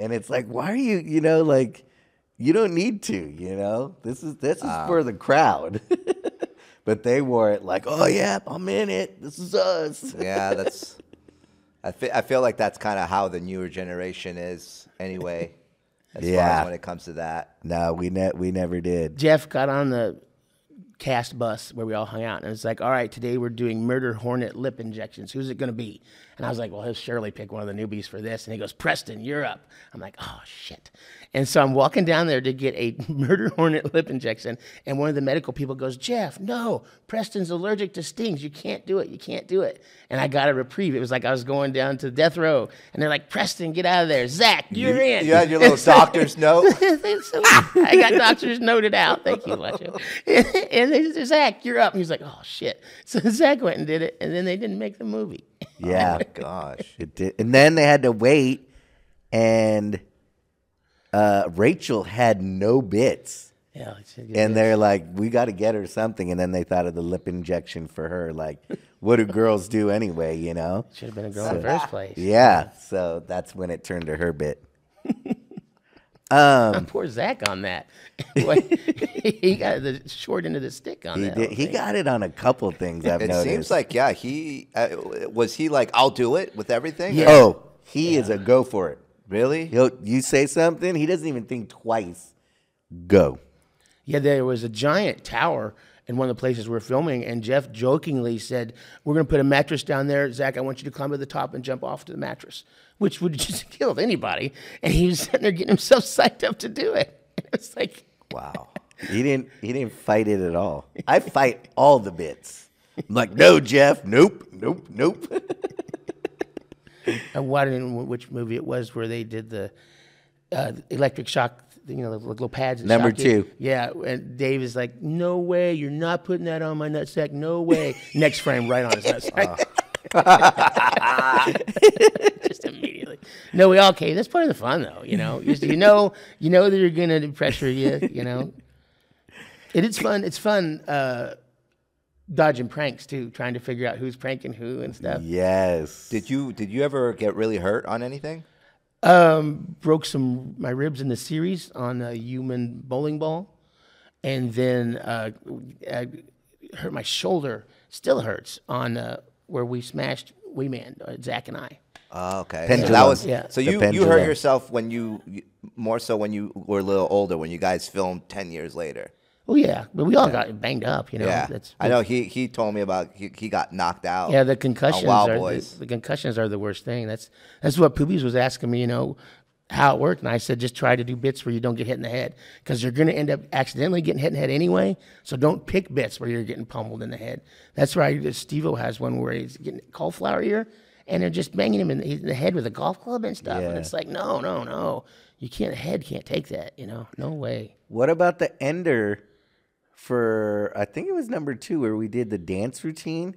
S1: And it's like, why are you, you know, like you don't need to, you know? This is this is
S2: Ah.
S1: for the crowd. but they wore it like, oh yeah, I'm in it. This is us.
S2: Yeah, that's. I feel, I feel like that's kind of how the newer generation is anyway. As far
S1: Yeah.
S2: as when it comes to that.
S1: No, we ne- we never did.
S3: Jeff got on the cast bus where we all hung out and it's like all right today we're doing murder hornet lip injections who's it going to be and i was like well he'll surely pick one of the newbies for this and he goes preston you're up i'm like oh shit and so i'm walking down there to get a murder hornet lip injection and one of the medical people goes jeff no preston's allergic to stings you can't do it you can't do it and i got a reprieve it was like i was going down to death row and they're like preston get out of there zach you're in
S2: You had your little doctor's note.
S3: So I got doctors noted out. Thank you, Lacho. and they said, Zach, you're up. And he's like, oh, shit. So Zach went and did it, and then they didn't make the movie.
S1: Yeah.
S2: Oh Gosh.
S1: It did. And then they had to wait and uh, Rachel had no bits.
S3: Yeah, it's a good
S1: and
S3: bit.
S1: they're like, "We got to get her something." And then they thought of the lip injection for her. Like, what do girls do anyway? You know?
S3: should have been a girl in the first place.
S1: Yeah. So that's when it turned to her bit.
S3: Poor Zach on that. Boy, he got the short end of the stick on
S1: He
S3: that.
S1: did,
S3: whole
S1: he
S3: thing.
S1: got it on a couple things. I've
S2: It
S1: noticed.
S2: seems like yeah. He uh, was he like I'll do it with everything. or-
S1: Oh, he is a go for it.
S2: really?
S1: He'll, you say something, he doesn't even think twice. Go.
S3: Yeah, there was a giant tower in one of the places we are filming, and Jeff jokingly said, "We're going to put a mattress down there, Zach. I want you to climb to the top and jump off to the mattress," which would have just killed anybody. And he was sitting there getting himself psyched up to do it. It's like,
S2: Wow.
S1: He didn't. He didn't fight it at all. I fight all the bits. I'm like, no, Jeff. Nope. Nope. Nope.
S3: I wonder which movie it was where they did the uh, electric shock, you know, the little pads. that
S1: Number
S3: shock you.
S1: two.
S3: Yeah, and Dave is like, "No way, you're not putting that on my nutsack. No
S1: Uh-huh.
S3: way." Next frame, right on his nutsack. just immediately. Absolutely. No, we all caved. That's part of the fun, though. You know, Is you know, you know that you're gonna pressure you. You know, it is fun. It's fun uh, dodging pranks too, trying to figure out who's pranking who and stuff.
S1: Yes.
S2: Did you did you ever get really hurt on anything?
S3: Um, broke some my ribs in the series on a human bowling ball, and then uh, I hurt my shoulder. Still hurts on uh, where we smashed Wee Man uh, Zach and I.
S2: Oh, okay. So that
S1: Pendulum.
S2: was
S3: Yeah.
S2: so
S1: The
S2: you you hurt
S1: pendulum.
S2: yourself when you you- more so when you were a little older when you guys filmed 10 years later.
S3: Oh yeah, but we all got banged up. You know,
S2: Yeah.
S3: that's
S2: I know he he told me about he, he got knocked out.
S3: Yeah, the
S2: on
S3: concussions
S2: Wild
S3: are
S2: Boys.
S3: The, the concussions are the worst thing. That's that's what Poobies was asking me, you know, how it worked, and I said just try to do bits where you don't get hit in the head because you're going to end up accidentally getting hit in the head anyway. So don't pick bits where you're getting pummeled in the head. That's where I Steve-O has one where he's getting cauliflower ear, and they're just banging him in the, in the head with a golf club and stuff. And
S1: Yeah.
S3: it's like, no, no, no, you can't. Head can't take that. You know, no way.
S1: What about the ender for I think it was number two where we did the dance routine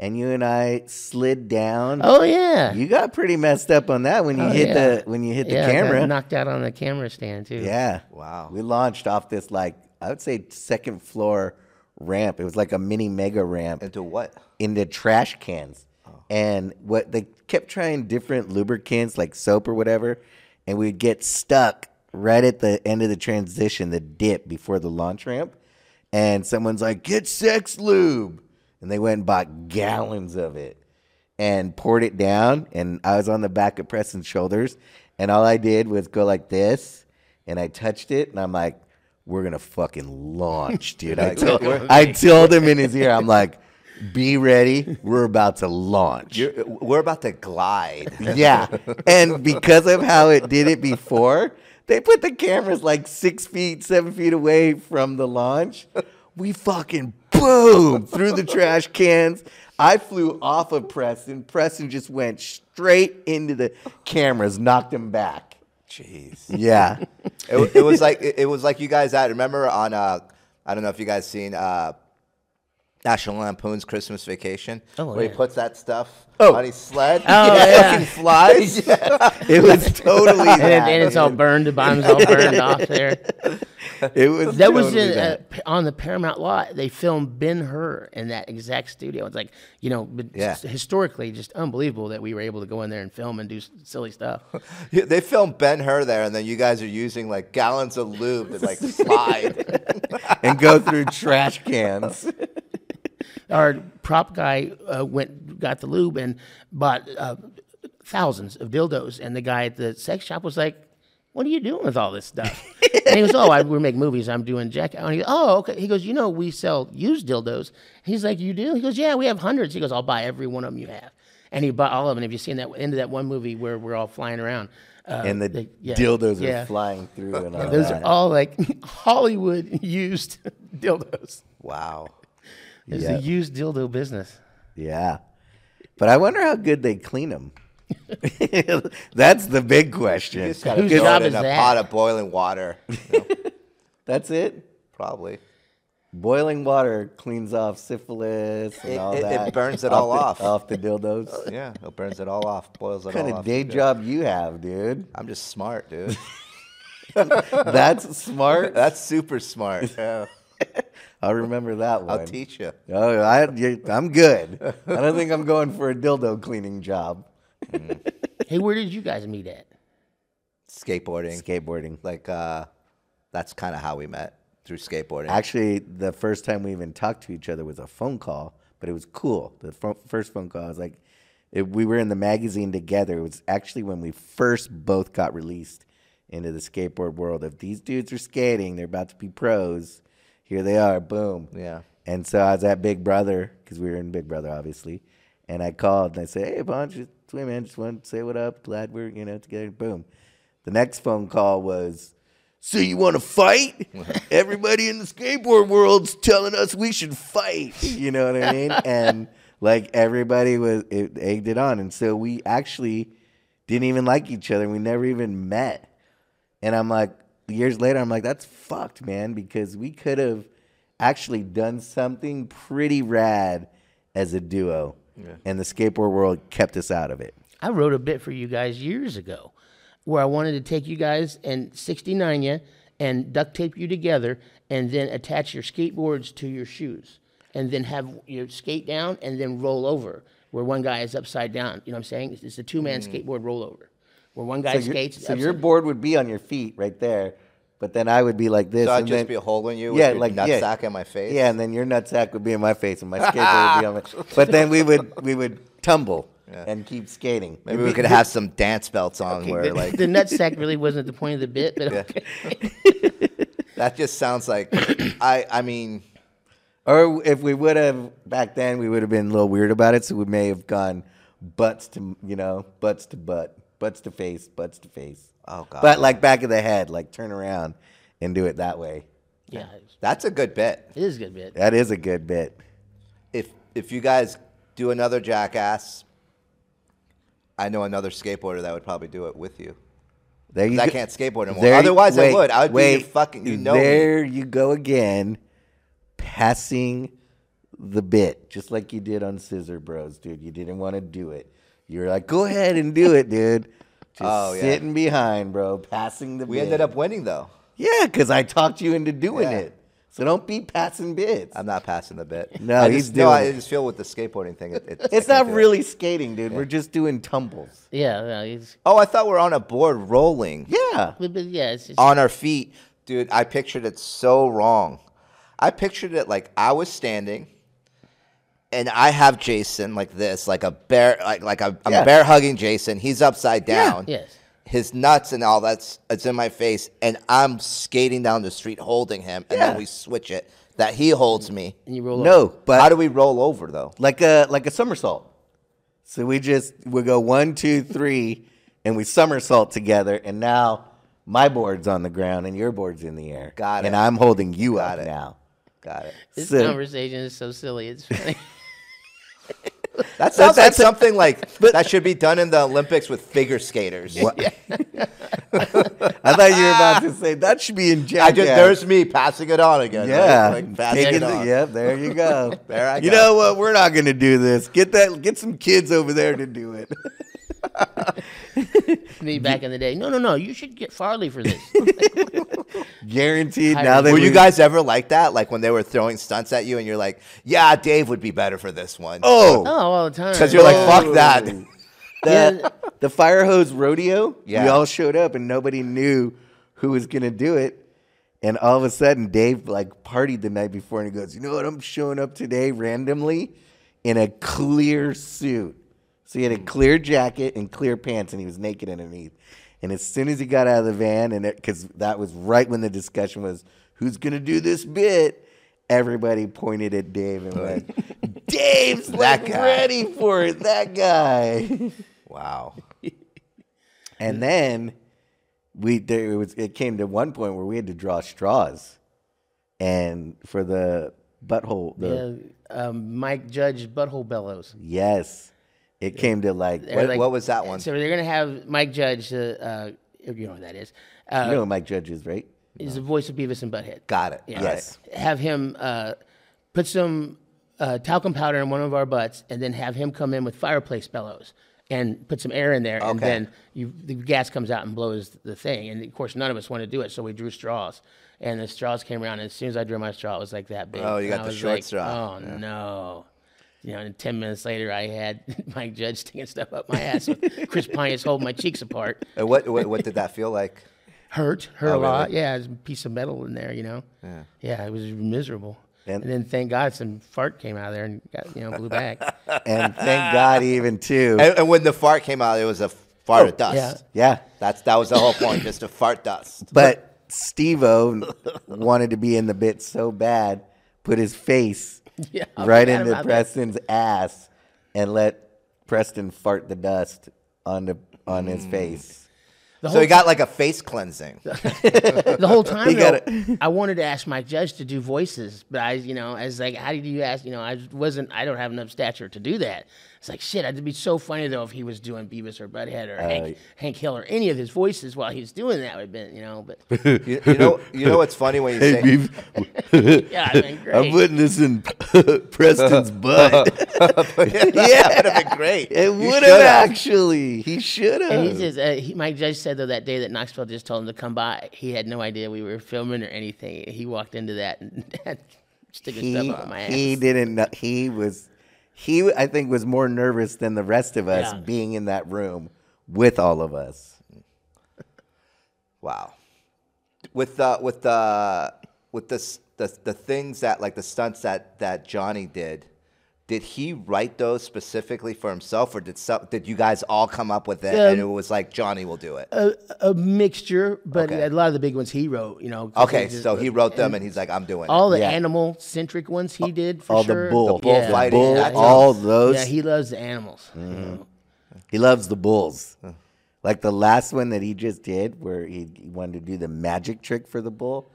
S1: and you and I slid down.
S3: Oh yeah.
S1: You got pretty messed up on that when you
S3: Oh,
S1: hit
S3: yeah.
S1: the when you hit
S3: yeah, I
S1: the
S3: got
S1: camera.
S3: knocked out on the camera stand too.
S1: yeah.
S2: Wow.
S1: We launched off this like I would say second floor ramp. It was like a mini mega ramp
S2: Into what?
S1: into trash cans. And what they kept trying different lubricants like soap or whatever, and we'd get stuck right at the end of the transition, the dip before the launch ramp. And someone's like, get sex lube. And they went and bought gallons of it and poured it down. And I was on the back of Preston's shoulders. And all I did was go like this. And I touched it. And I'm like, we're going to fucking launch, dude. I told, I told him in his ear, I'm like, be ready. We're about to launch.
S2: You're, we're about to glide.
S1: yeah. And because of how it did it before, they put the cameras like six feet, seven feet away from the launch. We fucking boom through the trash cans. I flew off of Preston. Preston just went straight into the cameras, knocked him back.
S2: Jeez.
S1: Yeah.
S2: it, wa- it was like it, it was like you guys had remember on uh I don't know if you guys seen uh National Lampoon's Christmas Vacation
S3: Oh,
S2: where
S3: yeah.
S2: he puts that stuff
S1: Oh.
S2: on his sled
S3: Oh,
S2: and it
S3: yeah.
S2: fucking flies.
S1: It was totally
S3: And, it-
S1: that.
S3: and it's all burned. The bomb's all burned off there.
S1: it was
S3: That was
S1: totally
S3: in, uh,
S1: that.
S3: P- on the Paramount lot. They filmed Ben Hur in that exact studio. It's like you know, but
S2: Yeah.
S3: s- historically, just unbelievable that we were able to go in there and film and do s- silly stuff.
S2: Yeah, They filmed Ben Hur there, and then you guys are using like gallons of lube to like slide.
S3: uh,
S1: and go through trash cans.
S3: Our prop guy uh, went got the lube and bought uh, thousands of dildos, and the guy at the sex shop was like. What are you doing with all this stuff? and he goes, "Oh, I, we make movies. I'm doing jack." And he goes, "Oh, okay." He goes, "You know, we sell used dildos." He's like, "You do?" He goes, "Yeah, we have hundreds. He goes, "I'll buy every one of them you have." And he bought all of them. Have you seen that end of that one movie where we're all flying around? Uh,
S1: And the
S3: they- yeah,
S1: dildos
S3: yeah.
S1: are flying through and
S2: Oh,
S1: all
S3: Those
S1: that.
S3: are all like Hollywood used dildos.
S2: wow.
S3: It's
S1: Yeah.
S3: the used dildo business.
S1: Yeah. But I wonder how good they clean them. That's the big
S2: You
S1: question.
S2: just gotta
S3: Whose
S2: throw
S3: job
S2: it in
S3: is
S2: a
S3: that?
S2: pot of boiling water. you know,
S1: That's it.
S2: probably.
S1: Boiling water cleans off syphilis and
S2: It-
S1: all
S2: it- it
S1: that.
S2: burns it
S1: Off
S2: all
S1: the-
S2: off.
S1: Off the dildos. what
S2: Yeah, it burns it all off, boils it
S1: kind
S2: all
S1: of
S2: off.
S1: day job you have, dude?
S2: I'm just smart, dude.
S1: That's smart.
S2: That's super smart. Yeah.
S1: I'll remember that one.
S2: I'll teach you.
S1: Oh, I, you- I'm good. I don't think I'm going for a dildo cleaning job.
S3: Hey, where did you guys meet at?
S2: Skateboarding.
S1: Skateboarding.
S2: like uh that's kind of how we met through skateboarding
S1: Actually, the first time we even talked to each other was a phone call, but it was cool. The fir- first phone call, I was like, it, we were in the magazine together. It was actually when we first both got released into the skateboard world. If these dudes are skating, they're about to be pros. Here they are, boom.
S2: Yeah.
S1: And so I was at Big Brother because we were in Big Brother, obviously. And I called and I said, "Hey, Bon, just hey, man, just wanted to say what up. Glad we're you know together." Boom. The next phone call was, "So you want to fight? Everybody in the skateboard world's telling us we should fight. You know what I mean?" and like everybody was it, egged it on, and so we actually didn't even like each other. We never even met. And I'm like, years later, I'm like, that's fucked, man, because we could have actually done something pretty rad as a duo. And the skateboard world kept us out of it.
S3: I wrote a bit for you guys years ago where I wanted to take you guys and 69 you and duct tape you together and then attach your skateboards to your shoes and then have you skate down and then roll over where one guy is upside down. You know what I'm saying? It's, it's a two man skateboard rollover where one guy
S1: Mm. So, your-
S3: skates.
S1: so
S3: upside-
S1: your board would be on your feet right there, but then I would be like this.
S2: So I'd
S1: and
S2: just
S1: then-
S2: be holding you with your nutsack in my face?
S1: Yeah, and then your nutsack would be in my face, and my skateboard would be on my. But then we would we would tumble and keep skating.
S2: Maybe we could have some dance belts on
S3: the,
S2: where like
S3: the nutsack really wasn't the point of the bit, but okay.
S2: that just sounds like I I mean
S1: Or if we would have back then, we would have been a little weird about it. So we may have gone butts to you know butts to butt, butts to face, butts to face.
S2: Oh, God.
S1: But like back of the head, like turn around and do it that way.
S3: yeah,
S2: that's a good bet.
S3: it is a good bit.
S1: That is a good bit.
S2: If if you guys do another jackass, I know another skateboarder that would probably do it with you.
S1: There you
S2: 'Cause I
S1: go.
S2: can't skateboard anymore.
S1: There you-
S2: Otherwise, I
S1: wait,
S2: would. I would be
S1: wait.
S2: your fucking. You know me.
S1: There you go again, passing the bit, just like you did on Scissor Bros, dude. You didn't want to do it. You were like, "Go ahead and do it, dude." Just
S2: Oh, yeah.
S1: sitting behind, bro, passing the.
S2: We
S1: bit.
S2: ended up winning though.
S1: Yeah, because I talked you into doing
S2: Yeah.
S1: it. So don't be passing bits.
S2: I'm not passing the bit.
S1: No,
S2: I
S1: he's
S2: just, no.
S1: doing
S2: I
S1: it.
S2: just feel with the skateboarding thing. It, it, I
S1: it's
S2: can't
S1: not
S2: do it.
S1: really skating, dude. We're just doing tumbles.
S3: Yeah, well, it's,
S2: Oh, I thought we are on a board rolling
S1: Yeah.
S3: but, but yeah, it's, it's
S2: on our feet, dude. I pictured it so wrong. I pictured it like I was standing, and I have Jason like this, like a bear, like like a, I'm
S1: Yeah.
S2: bear hugging Jason. He's upside down.
S3: yes.
S2: His nuts and all that's it's in my face, and I'm skating down the street holding him, and then
S1: Yeah.
S2: we switch it that he holds me.
S3: And you roll over.
S1: No, but
S2: How do we roll over though?
S1: like a like a somersault. So we just we go one, two, three, and we somersault together. And now my board's on the ground and your board's in the air.
S2: Got
S1: And
S2: it.
S1: I'm holding you
S2: Got
S1: up
S2: it.
S1: now.
S2: Got it.
S3: This
S1: So-
S3: conversation is so silly. It's funny.
S2: That sounds
S1: that's a-
S2: like something like that should be done in the Olympics with figure skaters.
S1: I thought you were about to say that should be in jackass.
S2: I just there's me passing it on again. right?
S1: yeah,
S2: like passing
S1: taking
S2: it
S1: the,
S2: on.
S1: yep. There you go.
S2: There I
S1: you
S2: go.
S1: know what? We're not going to do this. Get that. Get some kids over there to do it.
S3: Me back in the day. No, no, no. You should get Farley for this.
S1: Guaranteed.
S3: I-
S1: Now that
S2: Were
S1: we,
S2: you guys ever like that? Like when they were throwing stunts at you, and you're like, "Yeah, Dave would be better for this one."
S1: oh,
S3: oh, all the time.
S2: because you're like,
S1: Oh.
S2: "Fuck that."
S1: the,
S3: Yeah.
S1: the fire hose rodeo.
S2: Yeah.
S1: We all showed up and nobody knew who was gonna do it. And all of a sudden, Dave like partied the night before and he goes, "You know what? I'm showing up today randomly in a clear suit." So he had a
S2: Hmm.
S1: clear jacket and clear pants, and he was naked underneath. And as soon as he got out of the van, and because that was right when the discussion was, "Who's gonna do this bit?" Everybody pointed at Dave and went, "Dave's
S2: That
S1: like
S2: guy.
S1: ready for it. That guy."
S2: Wow.
S3: Mm.
S1: And then we there it was it came to one point where we had to draw straws, and for the butthole, the
S3: Yeah, um, Mike Judge butthole bellows.
S1: yes, it came to like
S3: They're
S1: what,
S3: like-
S2: what was that one?
S3: So they're gonna have Mike Judge. Uh, uh, if you know who that is.
S1: you
S3: Uh,
S1: know, who Mike Judge is right.
S3: Is the voice of Beavis and Butthead.
S2: Got it.
S3: Yeah.
S1: Yes.
S3: Have him uh, put some uh, talcum powder in one of our butts, and then have him come in with fireplace bellows and put some air in there, and
S2: Okay.
S3: then you, the gas comes out and blows the thing. And of course, none of us wanted to do it, so we drew straws. And the straws came around, and as soon as I drew my straw, it was like that big.
S2: Oh, you
S3: And
S2: got
S3: I
S2: the
S3: was
S2: short
S3: like,
S2: straw.
S3: Oh no. You know, and ten minutes later, I had Mike Judge sticking stuff up my ass, with Chris Pontius holding my cheeks apart.
S2: And what, what what did that feel like?
S3: Hurt,
S1: Oh,
S3: hurt a
S2: really?
S3: lot. Yeah, there's a piece of metal in there, you know. Yeah, it was miserable.
S1: And-
S3: And, then thank God some fart came out of there and got you know blew back.
S1: And thank God, even too.
S2: And, and when the fart came out, it was a
S1: Oh,
S2: fart of dust.
S3: yeah.
S1: Yeah,
S2: That's that was the whole point, just a fart dust.
S1: but Steve-O wanted to be in the bit so bad, put his face
S3: Yeah, I
S1: right
S3: forgot
S1: into
S3: about that.
S1: Preston's ass,
S3: Mm.
S1: and let Preston fart the dust on the on his face.
S3: The
S2: So he got like a face cleansing.
S3: the whole time
S1: He got
S3: though, I wanted to ask my judge to do voices, but I, you know, I was like, how did you ask? You know, I wasn't, I don't have enough stature to do that. It's like, shit, it'd be so funny though if he was doing Beavis or Butthead or
S1: Uh,
S3: Hank, Hank Hill or any of his voices while he was doing that would have been, you know, but
S2: You, you know, you know what's funny when you say
S3: yeah, I mean,
S1: I'm
S3: great.
S1: putting this in Preston's butt.
S2: yeah, that would have been great.
S1: It
S2: You
S1: would have
S2: should've.
S1: actually. He should
S3: and he
S1: have.
S3: just, uh, he, my judge said though that day that Knoxville just told him to come by. He had no idea we were filming or anything. He walked into that and had sticking
S1: He,
S3: stuff up my ass.
S1: he didn't know. He was. He I think was more nervous than the rest of us
S3: Yeah.
S1: being in that room with all of us.
S2: Wow. With the with the with the, s- the the things that like the stunts that that Johnny did, did he write those specifically for himself, or did some, did you guys all come up with it
S3: Um,
S2: and it was like Johnny will do it?
S3: a mixture, but
S2: Okay.
S3: a lot of the big ones he wrote, you know. 'cause
S2: okay,
S3: just-
S2: so he wrote them and he's like, I'm doing
S3: all the
S1: Yeah.
S3: animal centric ones he did for
S1: all the
S3: sure.
S1: bull. The
S2: bull fighting,
S1: bull,
S2: that's
S1: all
S2: us.
S1: those. Mm-hmm.
S3: Yeah,
S1: he,
S3: he loves the animals.
S1: loves the bulls. Like the last one that he just did, where he he wanted to do the magic trick for the bull.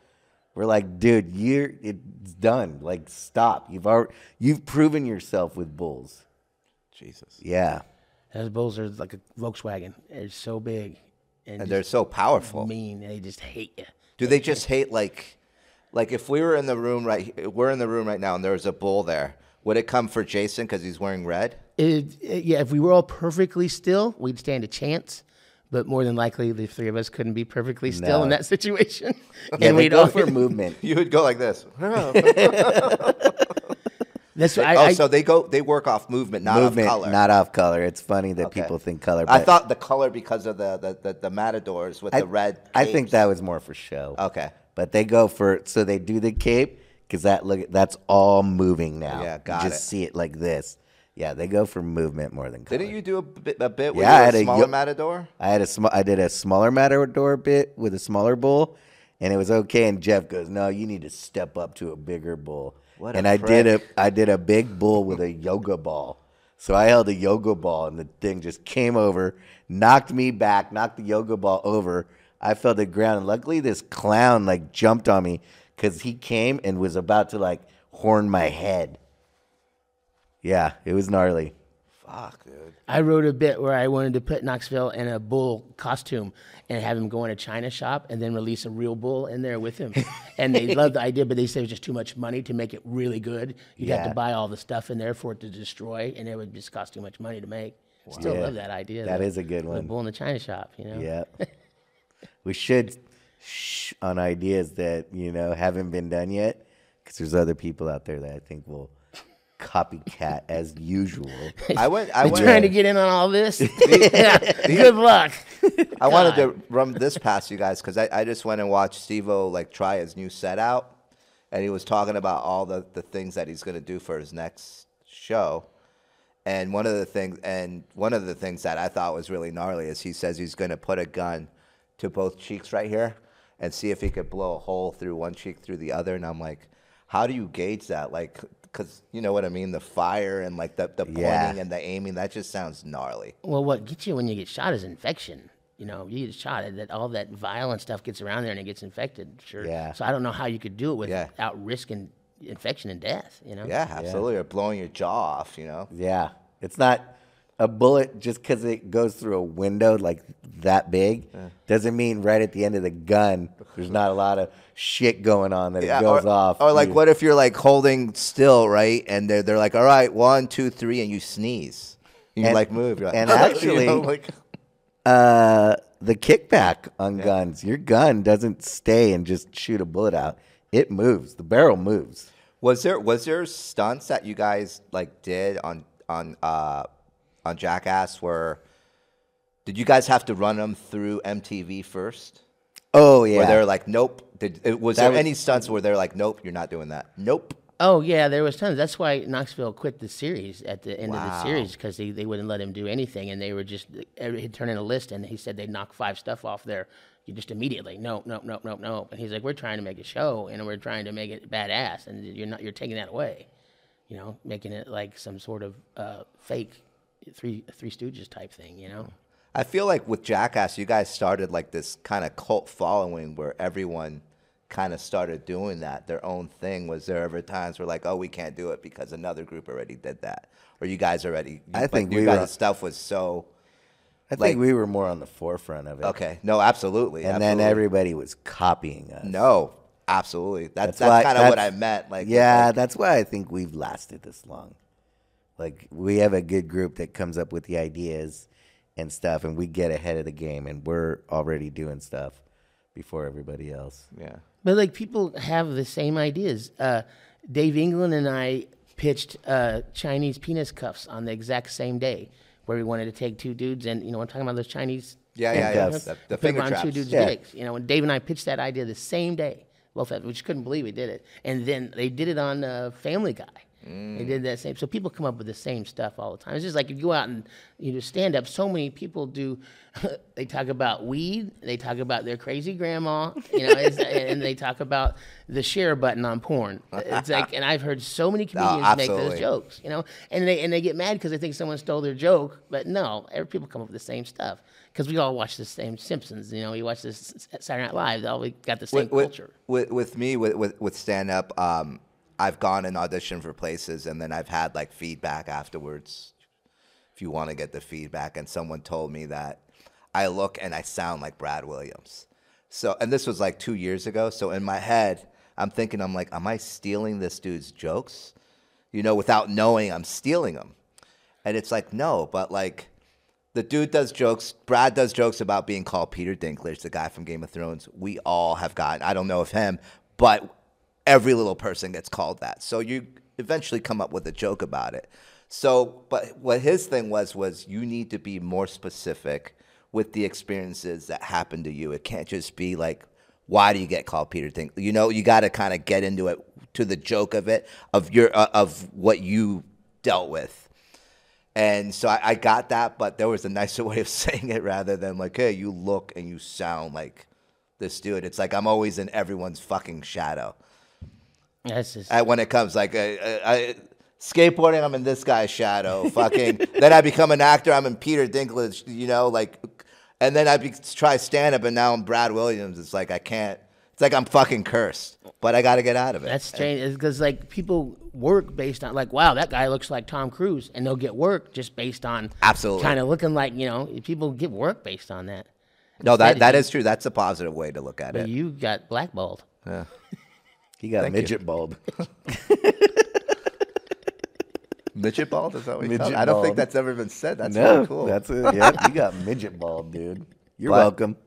S1: We're like, dude, you're it's done. Like, stop. You've already you've proven yourself with bulls.
S2: it. Jesus.
S1: Yeah.
S3: Those bulls are like a Volkswagen. They're so big and,
S2: And
S3: just
S2: they're so powerful.
S3: mean. They just hate you.
S2: Do they just hate like, like if we were in the room right, we're in the room right now, and there was a bull there, would it come for Jason because he's wearing red?
S3: It, it- yeah, if we were all perfectly still, we'd stand a chance. But more than likely, the three of us couldn't be perfectly still in
S1: No.
S3: that situation,
S1: Yeah,
S3: and
S1: they
S3: we'd
S1: go
S3: all.
S1: for movement.
S2: You would go like this.
S3: That's what I,
S2: oh,
S3: I-
S2: so they go, they work off movement, not
S1: movement,
S2: off color.
S1: not off color. It's funny that
S2: Okay.
S1: people think color.
S2: I
S1: but
S2: thought the color because of the the, the, the matadors with
S1: I-
S2: the red. Oh.
S1: I think
S2: capes.
S1: that was more for show.
S2: Okay.
S1: but they go for so they do the cape because that look that's all moving now.
S2: Yeah,
S1: You
S2: got
S1: Just
S2: it.
S1: see it like this. Yeah, they go for movement more than color.
S2: Didn't you do a bit, a bit
S1: Yeah, I
S2: with
S1: had
S2: a
S1: a
S2: smaller
S1: yo-
S2: matador?
S1: I had a small. I did a smaller matador bit with a smaller bull, and it was okay. And Jeff goes, "No, you need to step up to a bigger bull."
S2: What a
S1: and I did
S2: prick.
S1: a I did a big bull with a yoga ball. So I held a yoga ball, and the thing just came over, knocked me back, knocked the yoga ball over. I fell to the ground, and luckily this clown like jumped on me because he came and was about to like horn my head. Yeah, it was gnarly.
S2: Fuck, dude.
S3: I wrote a bit where I wanted to put Knoxville in a bull costume and have him go in a china shop and then release a real bull in there with him. and they loved the idea, but they said it was just too much money to make it really good. You'd have
S1: Yeah.
S3: to buy all the stuff in there for it to destroy, and it would just cost too much money to make. Still
S1: Yeah.
S3: love that idea.
S1: That
S3: though.
S1: is a good
S3: The
S1: one.
S3: bull in the china shop, you know?
S1: Yeah. we should shh on ideas that, you know, haven't been done yet because there's other people out there that I think will copycat as usual.
S2: I went. I
S3: They're
S2: went.
S3: trying to get in on all this. Yeah. Good luck.
S2: I wanted to run this past you guys because I, I just went and watched Steve-O like try his new set out, and he was talking about all the, the things that he's gonna do for his next show, and one of the things and one of the things that I thought was really gnarly is he says he's gonna put a gun to both cheeks right here and see if he could blow a hole through one cheek through the other, and I'm like, how do you gauge that? Like, cause you know what I mean, the fire and like the the pointing
S1: Yeah.
S2: and the aiming, that just sounds gnarly.
S3: Well, what gets you when you get shot is infection. You know, you get shot, and that all that violent stuff gets around there and it gets infected. Sure.
S1: Yeah.
S3: So I don't know how you could do it
S2: Yeah.
S3: without risking infection and death. You know.
S2: Yeah, absolutely. Or blowing your jaw off, you know.
S1: yeah. It's not a bullet just because it goes through a window like that big doesn't mean right at the end of the gun there's not a lot of shit going on that it goes
S2: or,
S1: off.
S2: Or like,
S1: You-
S2: what if you're like holding still, right? And they're they're like, all right, one, two, three, and you sneeze. You
S1: And-
S2: like move. You're like,
S1: and
S2: you
S1: actually-
S2: know, like,
S1: uh, the kickback on guns. Your gun doesn't stay and just shoot a bullet out. It moves. The barrel moves.
S2: was there was there stunts that you guys like did on on uh on Jackass where did you guys have to run them through MTV first?
S1: Oh yeah.
S2: Where they're like, nope. Did it, was
S1: That
S2: there
S1: was-
S2: any stunts where they're like, nope, you're not doing that? Nope.
S3: Oh yeah, there was tons. That's why Knoxville quit the series at the end of
S2: Wow.
S3: the series because they, they wouldn't let him do anything, and they were just eh, he'd turn in a list, and he said they'd knock five stuff off there. You just immediately no no no no no, and he's like, we're trying to make a show, and we're trying to make it badass, and you're not you're taking that away, you know, making it like some sort of uh, fake three three Stooges type thing, you know.
S2: I I feel like with Jackass, you guys started like this kind of cult following where everyone kind of started doing that their own thing. Was there ever times where like, oh, we can't do it because another group already did that, or you guys already?
S1: I
S2: like,
S1: think
S2: you
S1: we
S2: guys'
S1: were-
S2: stuff was so
S1: I think
S2: Like-
S1: we were more on the forefront of it.
S2: okay. No, absolutely.
S1: And
S2: absolutely.
S1: then everybody was copying us.
S2: no, absolutely.
S1: That's
S2: That's that's,
S1: why-
S2: kind of what I
S1: that's-
S2: meant. Like
S1: yeah,
S2: like,
S1: that's why I think we've lasted this long. Like we have a good group that comes up with the ideas and stuff, and we get ahead of the game, and we're already doing stuff before everybody else.
S2: yeah.
S3: But like people have the same ideas. Uh, Dave England and I pitched uh, Chinese penis cuffs on the exact same day, where we wanted to take two dudes and you know I'm talking about those Chinese
S2: Yeah, yeah, yeah.
S1: Handcuffs.
S2: The, the
S3: put 'em
S2: finger
S3: on
S2: traps.
S3: two dudes'
S1: Yeah.
S3: dicks. You know, and Dave and I pitched that idea the same day. Both of us, we just couldn't believe we did it. And then they did it on uh, Family Guy.
S2: Mm.
S3: They did that same. So people come up with the same stuff all the time. It's just like if you go out and you do stand up. So many people do. they talk about weed. They talk about their crazy grandma. You know, it's, and they talk about the share button on porn. It's like, and I've heard so many comedians make those
S2: Oh, absolutely.
S3: jokes. You know, and they and they get mad because they think someone stole their joke. But no, every, people come up with the same stuff because we all watch the same Simpsons. You know, we watch this S- S- Saturday Night Live. They all we got the same culture.
S2: With, with me, with with, with stand up, um, I've gone and auditioned for places, and then I've had like feedback afterwards. If you want to get the feedback, and someone told me that I look and I sound like Brad Williams. So, and this was like two years ago. So in my head, I'm thinking, I'm like, am I stealing this dude's jokes? You know, without knowing, I'm stealing them. And it's like, no, but like the dude does jokes. Brad does jokes about being called Peter Dinklage, the guy from Game of Thrones. We all have gotten, I don't know if him, but every little person gets called that. So you eventually come up with a joke about it. So, but what his thing was, was you need to be more specific with the experiences that happen to you. It can't just be like, why do you get called Peter Think? You know, you got to kind of get into it to the joke of it, of your, uh, of what you dealt with. And so I, I got that, but there was a nicer way of saying it rather than like, hey, you look and you sound like this dude. It's like I'm always in everyone's fucking shadow.
S3: That's just
S2: I, when it comes like uh, uh, I, skateboarding, I'm in this guy's shadow. Fucking then I become an actor. I'm in Peter Dinklage, you know, like, and then I be, try stand up, and now I'm Brad Williams. It's like I can't. It's like I'm fucking cursed, but I got to get out of it.
S3: that's strange because like people work based on like wow that guy looks like Tom Cruise and they'll get work just based on
S2: Absolutely.
S3: kind of looking like you know people get work based on that.
S2: no, that
S3: that
S2: that is true. That's a positive way to look at
S3: But
S2: it.
S3: you got blackballed.
S1: He got
S2: Thank you.
S1: midget bulb.
S2: Midget bald is that what you
S1: Midget
S2: call it? I don't think
S1: bald.
S2: that's ever been said. That's
S1: no,
S2: really cool.
S1: that's it. Yeah, you got midget bulb, dude. You're
S2: But-
S1: welcome.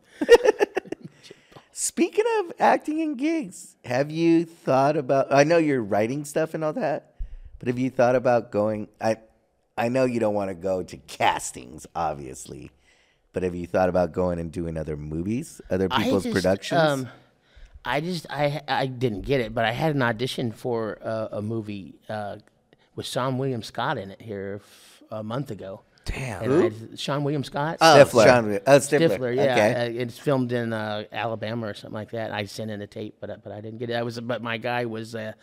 S1: Speaking of acting and gigs, have you thought about? I know you're writing stuff and all that, but have you thought about going? I, I know you don't want to go to castings, obviously, but have you thought about going and doing other movies, other people's productions?
S3: um, I just I I didn't get it, but I had an audition for uh, a movie uh, with Sean William Scott in it here f- a month ago.
S2: Damn.
S3: And I just- Sean William Scott.
S1: oh,
S2: Stifler.
S1: Sean- oh, Stifler.
S3: Stifler, yeah,
S1: Okay.
S3: uh, it's filmed in uh, Alabama or something like that. I sent in a tape, but I- but I didn't get it. I was, but my guy was a,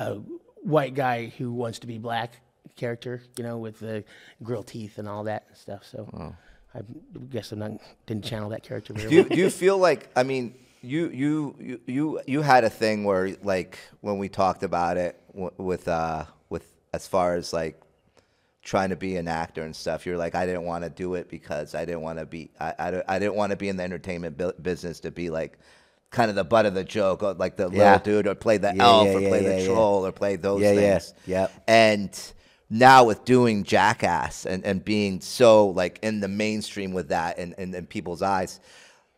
S3: a white guy who wants to be black character, you know, with the grilled teeth and all that and stuff. So
S1: Oh.
S3: I guess I'm not didn't channel that character very
S2: do
S3: well.
S2: you, do you feel like I mean you you you you you had a thing where like when we talked about it w- with uh with as far as like trying to be an actor and stuff you're like I didn't want to do it because I didn't want to be I I, don't- I didn't want to be in the entertainment bu- business to be like kind of the butt of the joke or like the
S1: Yeah.
S2: little dude or play the
S1: Yeah,
S2: elf
S1: yeah,
S2: or
S1: yeah,
S2: play
S1: yeah,
S2: the
S1: yeah.
S2: troll or play those
S1: Yeah, yeah,
S2: things
S1: yep.
S2: and now with doing jackass and, and being so like in the mainstream with that and, and in people's eyes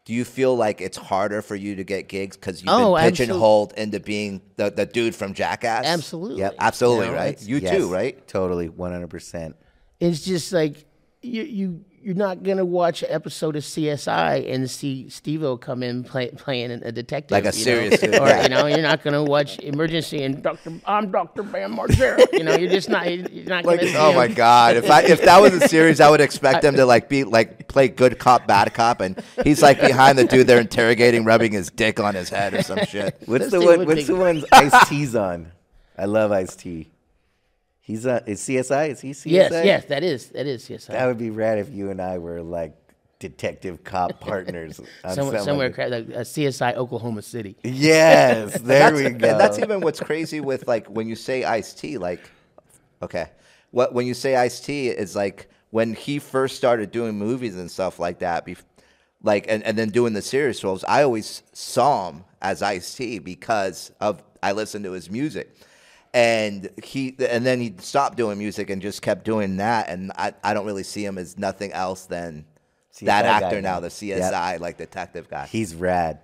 S2: do you feel like it's harder for you to get gigs because you've
S3: Oh,
S2: been
S3: absolute-
S2: pigeonholed into being the, the dude from jackass
S3: Absolutely.
S2: yep absolutely
S3: You know,
S2: right
S3: it's-
S2: you
S1: Yes,
S2: too right
S1: Totally, one hundred percent.
S3: it's just like you you you're not gonna watch an episode of CSI and see Steve-O come in play, playing a detective,
S2: Like a
S3: you
S2: serious
S3: know?
S2: dude,
S3: or
S2: yeah.
S3: you know, you're not gonna watch Emergency and Doctor. I'm Doctor Bam Margera. You know, you're just not you're not gonna. see
S2: oh my
S3: him.
S2: god if i if that was a series i would expect them to like be like play good cop bad cop and he's like behind the dude they're interrogating rubbing his dick on his head or some shit
S1: What's
S3: Let's
S1: the
S3: see
S1: one?
S3: what
S1: What's
S3: they-
S1: the one's Ice T's on? I love Ice T. He's on. Is CSI? Is he CSI?
S3: Yes, yes, that is that is CSI.
S1: That would be rad if you and I were like detective cop partners. on
S3: Somewhere,
S1: something.
S3: somewhere crap, like uh, CSI Oklahoma City.
S1: Yes, there
S2: that's,
S1: we go.
S2: And that's even what's crazy with like when you say Ice T, like, okay, what when you say Ice T is like when he first started doing movies and stuff like that, bef- like and, and then doing the series roles. I always saw him as Ice T because of I listened to his music. And he, and then he stopped doing music and just kept doing that. And I, I don't really see him as nothing else than
S1: CSI
S2: that
S1: guy
S2: actor now,
S1: now.
S2: the
S1: Yep.
S2: CSI like detective guy.
S1: He's rad.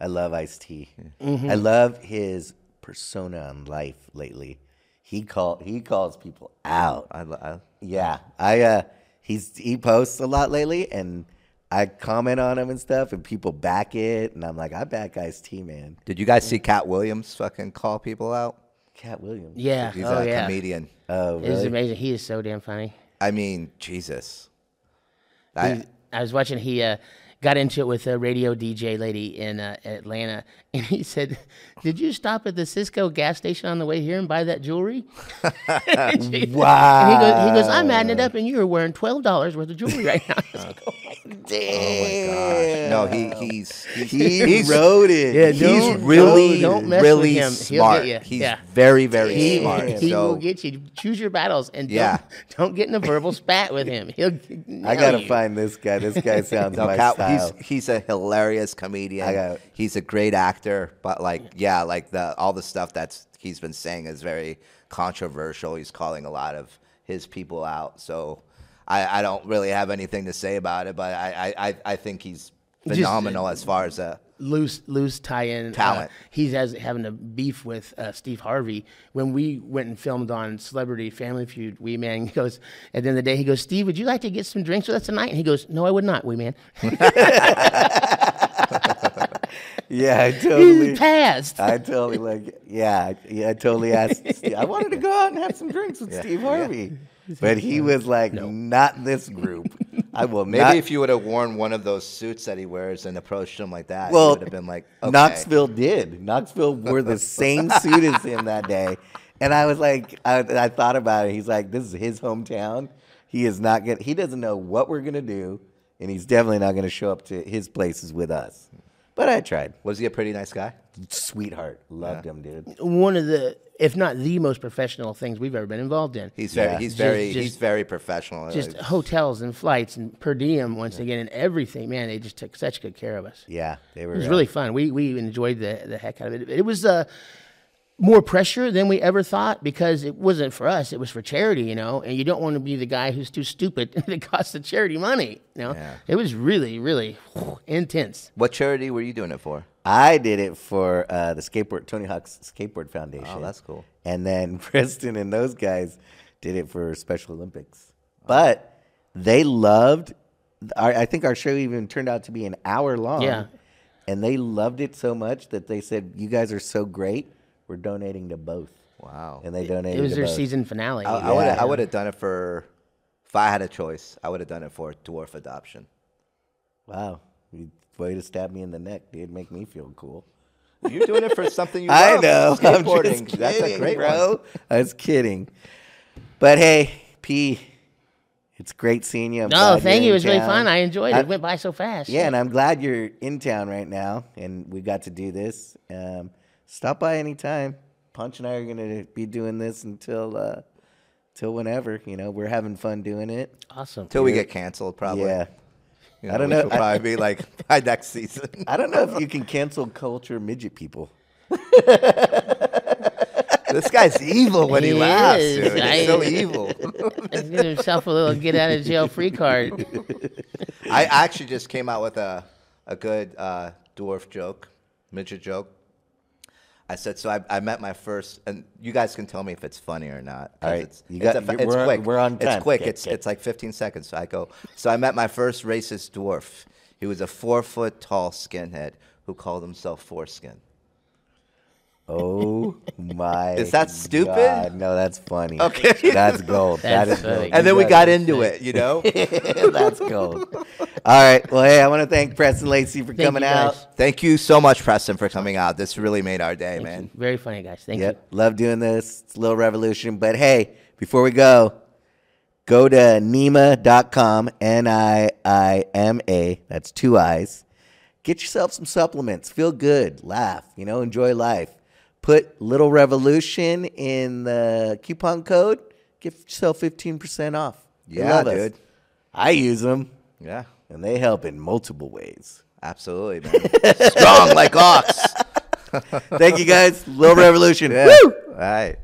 S1: I love Ice T. Mm-hmm. I love his persona on life lately. He call he calls people out.
S2: I, lo- I,
S1: Yeah, I uh, he's he posts a lot lately, and I comment on him and stuff, and people back it, and I'm like, I back Ice T, man.
S2: Did you guys see Cat Williams fucking call people out?
S1: Cat Williams.
S3: Yeah.
S2: He's
S3: oh
S2: a
S3: yeah.
S2: comedian.
S1: Oh,
S3: It was
S1: really?
S3: amazing. He is so damn funny.
S2: I mean, Jesus. I,
S3: He- I was watching. He uh, got into it with a radio DJ lady in uh, Atlanta, and he said, "Did you stop at the Cisco gas station on the way here and buy that jewelry?" And she-
S1: Wow.
S3: And he goes, he goes, I'm adding it up, and you are wearing twelve dollars worth of jewelry right now. I was like, "Oh my God." Oh
S1: Damn.
S2: no, he he's he's,
S1: he
S2: he's,
S1: wrote it.
S3: Yeah,
S2: he's
S3: don't-
S2: really
S3: don't mess with
S2: really
S3: him. He'll get
S2: smart.
S3: ya.
S2: He's
S3: Yeah.
S2: very very
S3: He,
S2: smart.
S3: he
S2: so
S3: will get you. Choose your battles, and don't,
S2: Yeah.
S3: don't get in a verbal spat with him. He'll.
S1: I
S3: nail
S1: gotta
S3: you.
S1: find this guy. This guy sounds
S2: no,
S1: my
S2: Cat-
S1: style.
S2: he's he's a hilarious comedian.
S1: I got-
S2: he's a great actor, but like yeah, like the all the stuff that's he's been saying is very controversial. He's calling a lot of his people out. So I, I don't really have anything to say about it, but I I, I, I think he's
S3: Just-
S2: phenomenal as far as a
S3: loose loose tie-in
S2: Talent.
S3: Uh, he's has, having a beef with uh, Steve Harvey. When we went and filmed on Celebrity Family Feud, Wee Man goes at the end of the day, he goes, "Steve, would you like to get some drinks with us tonight?" And he goes, "No, I would not, Wee Man."
S1: yeah, I
S3: He's
S1: totally.
S3: passed.
S2: Uh,
S1: I totally like. Yeah, I- yeah. I totally asked. Steve, I wanted to go out and have some drinks with Steve Harvey, but he was like, "Not in this group. I will
S2: Maybe
S1: not."
S2: if you would have worn one of those suits that he wears and approached him like that,
S1: Well,
S2: you would have been like, okay.
S1: Knoxville did. Knoxville wore the same suit as him that day, and I was like, I, I thought about it. He's like, "This is his hometown. He is not gonna. He doesn't know what we're gonna do, and he's definitely not gonna show up to his places with us." But I tried.
S2: Was he a pretty nice guy?
S1: Sweetheart, loved him, dude.
S3: One of the, if not the most professional things we've ever been involved in.
S2: He's very,
S1: Yeah.
S2: he's
S3: Just-
S2: very,
S3: just-
S2: he's very professional.
S3: just
S2: Like,
S3: hotels and flights and per diem once again and everything. Man, they just took such good care of us.
S1: Yeah, they were.
S3: It was
S1: uh,
S3: really fun. We we enjoyed the the heck out of it. It was uh, more pressure than we ever thought because it wasn't for us. It was for charity, you know. And you don't want to be the guy who's too stupid that costs the charity money. You know,
S2: Yeah.
S3: it was really really intense.
S2: what charity were you doing it for?
S1: I did it for uh, the skateboard Tony Hawk's Skateboard Foundation.
S2: Oh, that's cool.
S1: And then Preston and those guys did it for Special Olympics. But they loved. Our, I think our show even turned out to be an hour long.
S3: Yeah.
S1: And they loved it so much that they said, "You guys are so great. We're donating to both."
S2: Wow.
S1: And they donated.
S3: It was
S1: to
S3: their
S1: both.
S3: season finale.
S2: I- I would, I would have done it for, if I had a choice, I would have done it for dwarf adoption.
S1: Wow. You- Way to stab me in the neck, dude. Make me feel cool.
S2: You're doing it for something you
S1: I
S2: love,
S1: know. I'm
S2: Skateboarding.
S1: just kidding,
S2: That's a great
S1: bro.
S2: one.
S1: I was kidding. But hey, P, it's great seeing you. I'm
S3: no,
S1: glad
S3: Oh, thank
S1: you're
S3: you. It
S1: in
S3: was really
S1: town.
S3: fun. I enjoyed it.
S1: I-
S3: It went by so fast.
S1: yeah, and I'm glad you're in town right now, and we got to do this. Um, stop by anytime. Punch and I are gonna be doing this until uh, till whenever. You know, we're having fun doing it.
S3: Awesome.
S2: Till we get canceled, probably.
S1: Yeah.
S2: You
S1: I don't
S2: which
S1: know.
S2: will
S1: I-
S2: probably be like by next season.
S1: I don't know if you can cancel culture midget people.
S2: this guy's evil when he,
S3: He
S2: laughs. Dude.
S3: is.
S2: He's
S3: I-
S2: so evil.
S3: Give himself a little get out of jail free card.
S2: I actually just came out with a a good uh, dwarf joke, midget joke. I said so. I, I met my first, and you guys can tell me if it's funny or not. 'cause
S1: All right.
S2: it's,
S1: You
S2: it's
S1: got-
S2: a fa-
S1: you-
S2: it's
S1: we're on-
S2: quick.
S1: we're on time.
S2: It's quick.
S1: Okay,
S2: it's
S1: okay.
S2: it's like 15 seconds. So I go. So I met my first racist dwarf. He was a four foot tall skinhead who called himself Foreskin.
S1: Oh my!
S2: Is that stupid?
S1: God. No, that's funny.
S2: Okay.
S1: that's gold. That's
S3: That's funny.
S1: gold.
S2: And then we
S1: You
S2: got into it, you know.
S1: that's gold. All right. Well, hey, I want to thank Preston Lacey for
S3: Thank
S1: coming
S3: you
S1: out.
S3: guys.
S2: Thank you so much, Preston, for coming out. This really made our day, man.
S3: Very funny, guys. Thank you.
S1: Yep, love doing this. It's a little revolution, but hey, before we go, Go to NEMA.com, N I I M A, that's two I's. Get yourself some supplements. Feel good. Laugh. You know, enjoy life. Put Little Revolution in the coupon code. Get yourself 15% off. They
S2: Yeah,
S1: love us.
S2: dude.
S1: I use them,
S2: Yeah,
S1: and they help in multiple ways.
S2: absolutely, man. Strong like ox.
S1: Thank you guys. Little Revolution.
S2: Yeah.
S1: Woo!
S2: All right.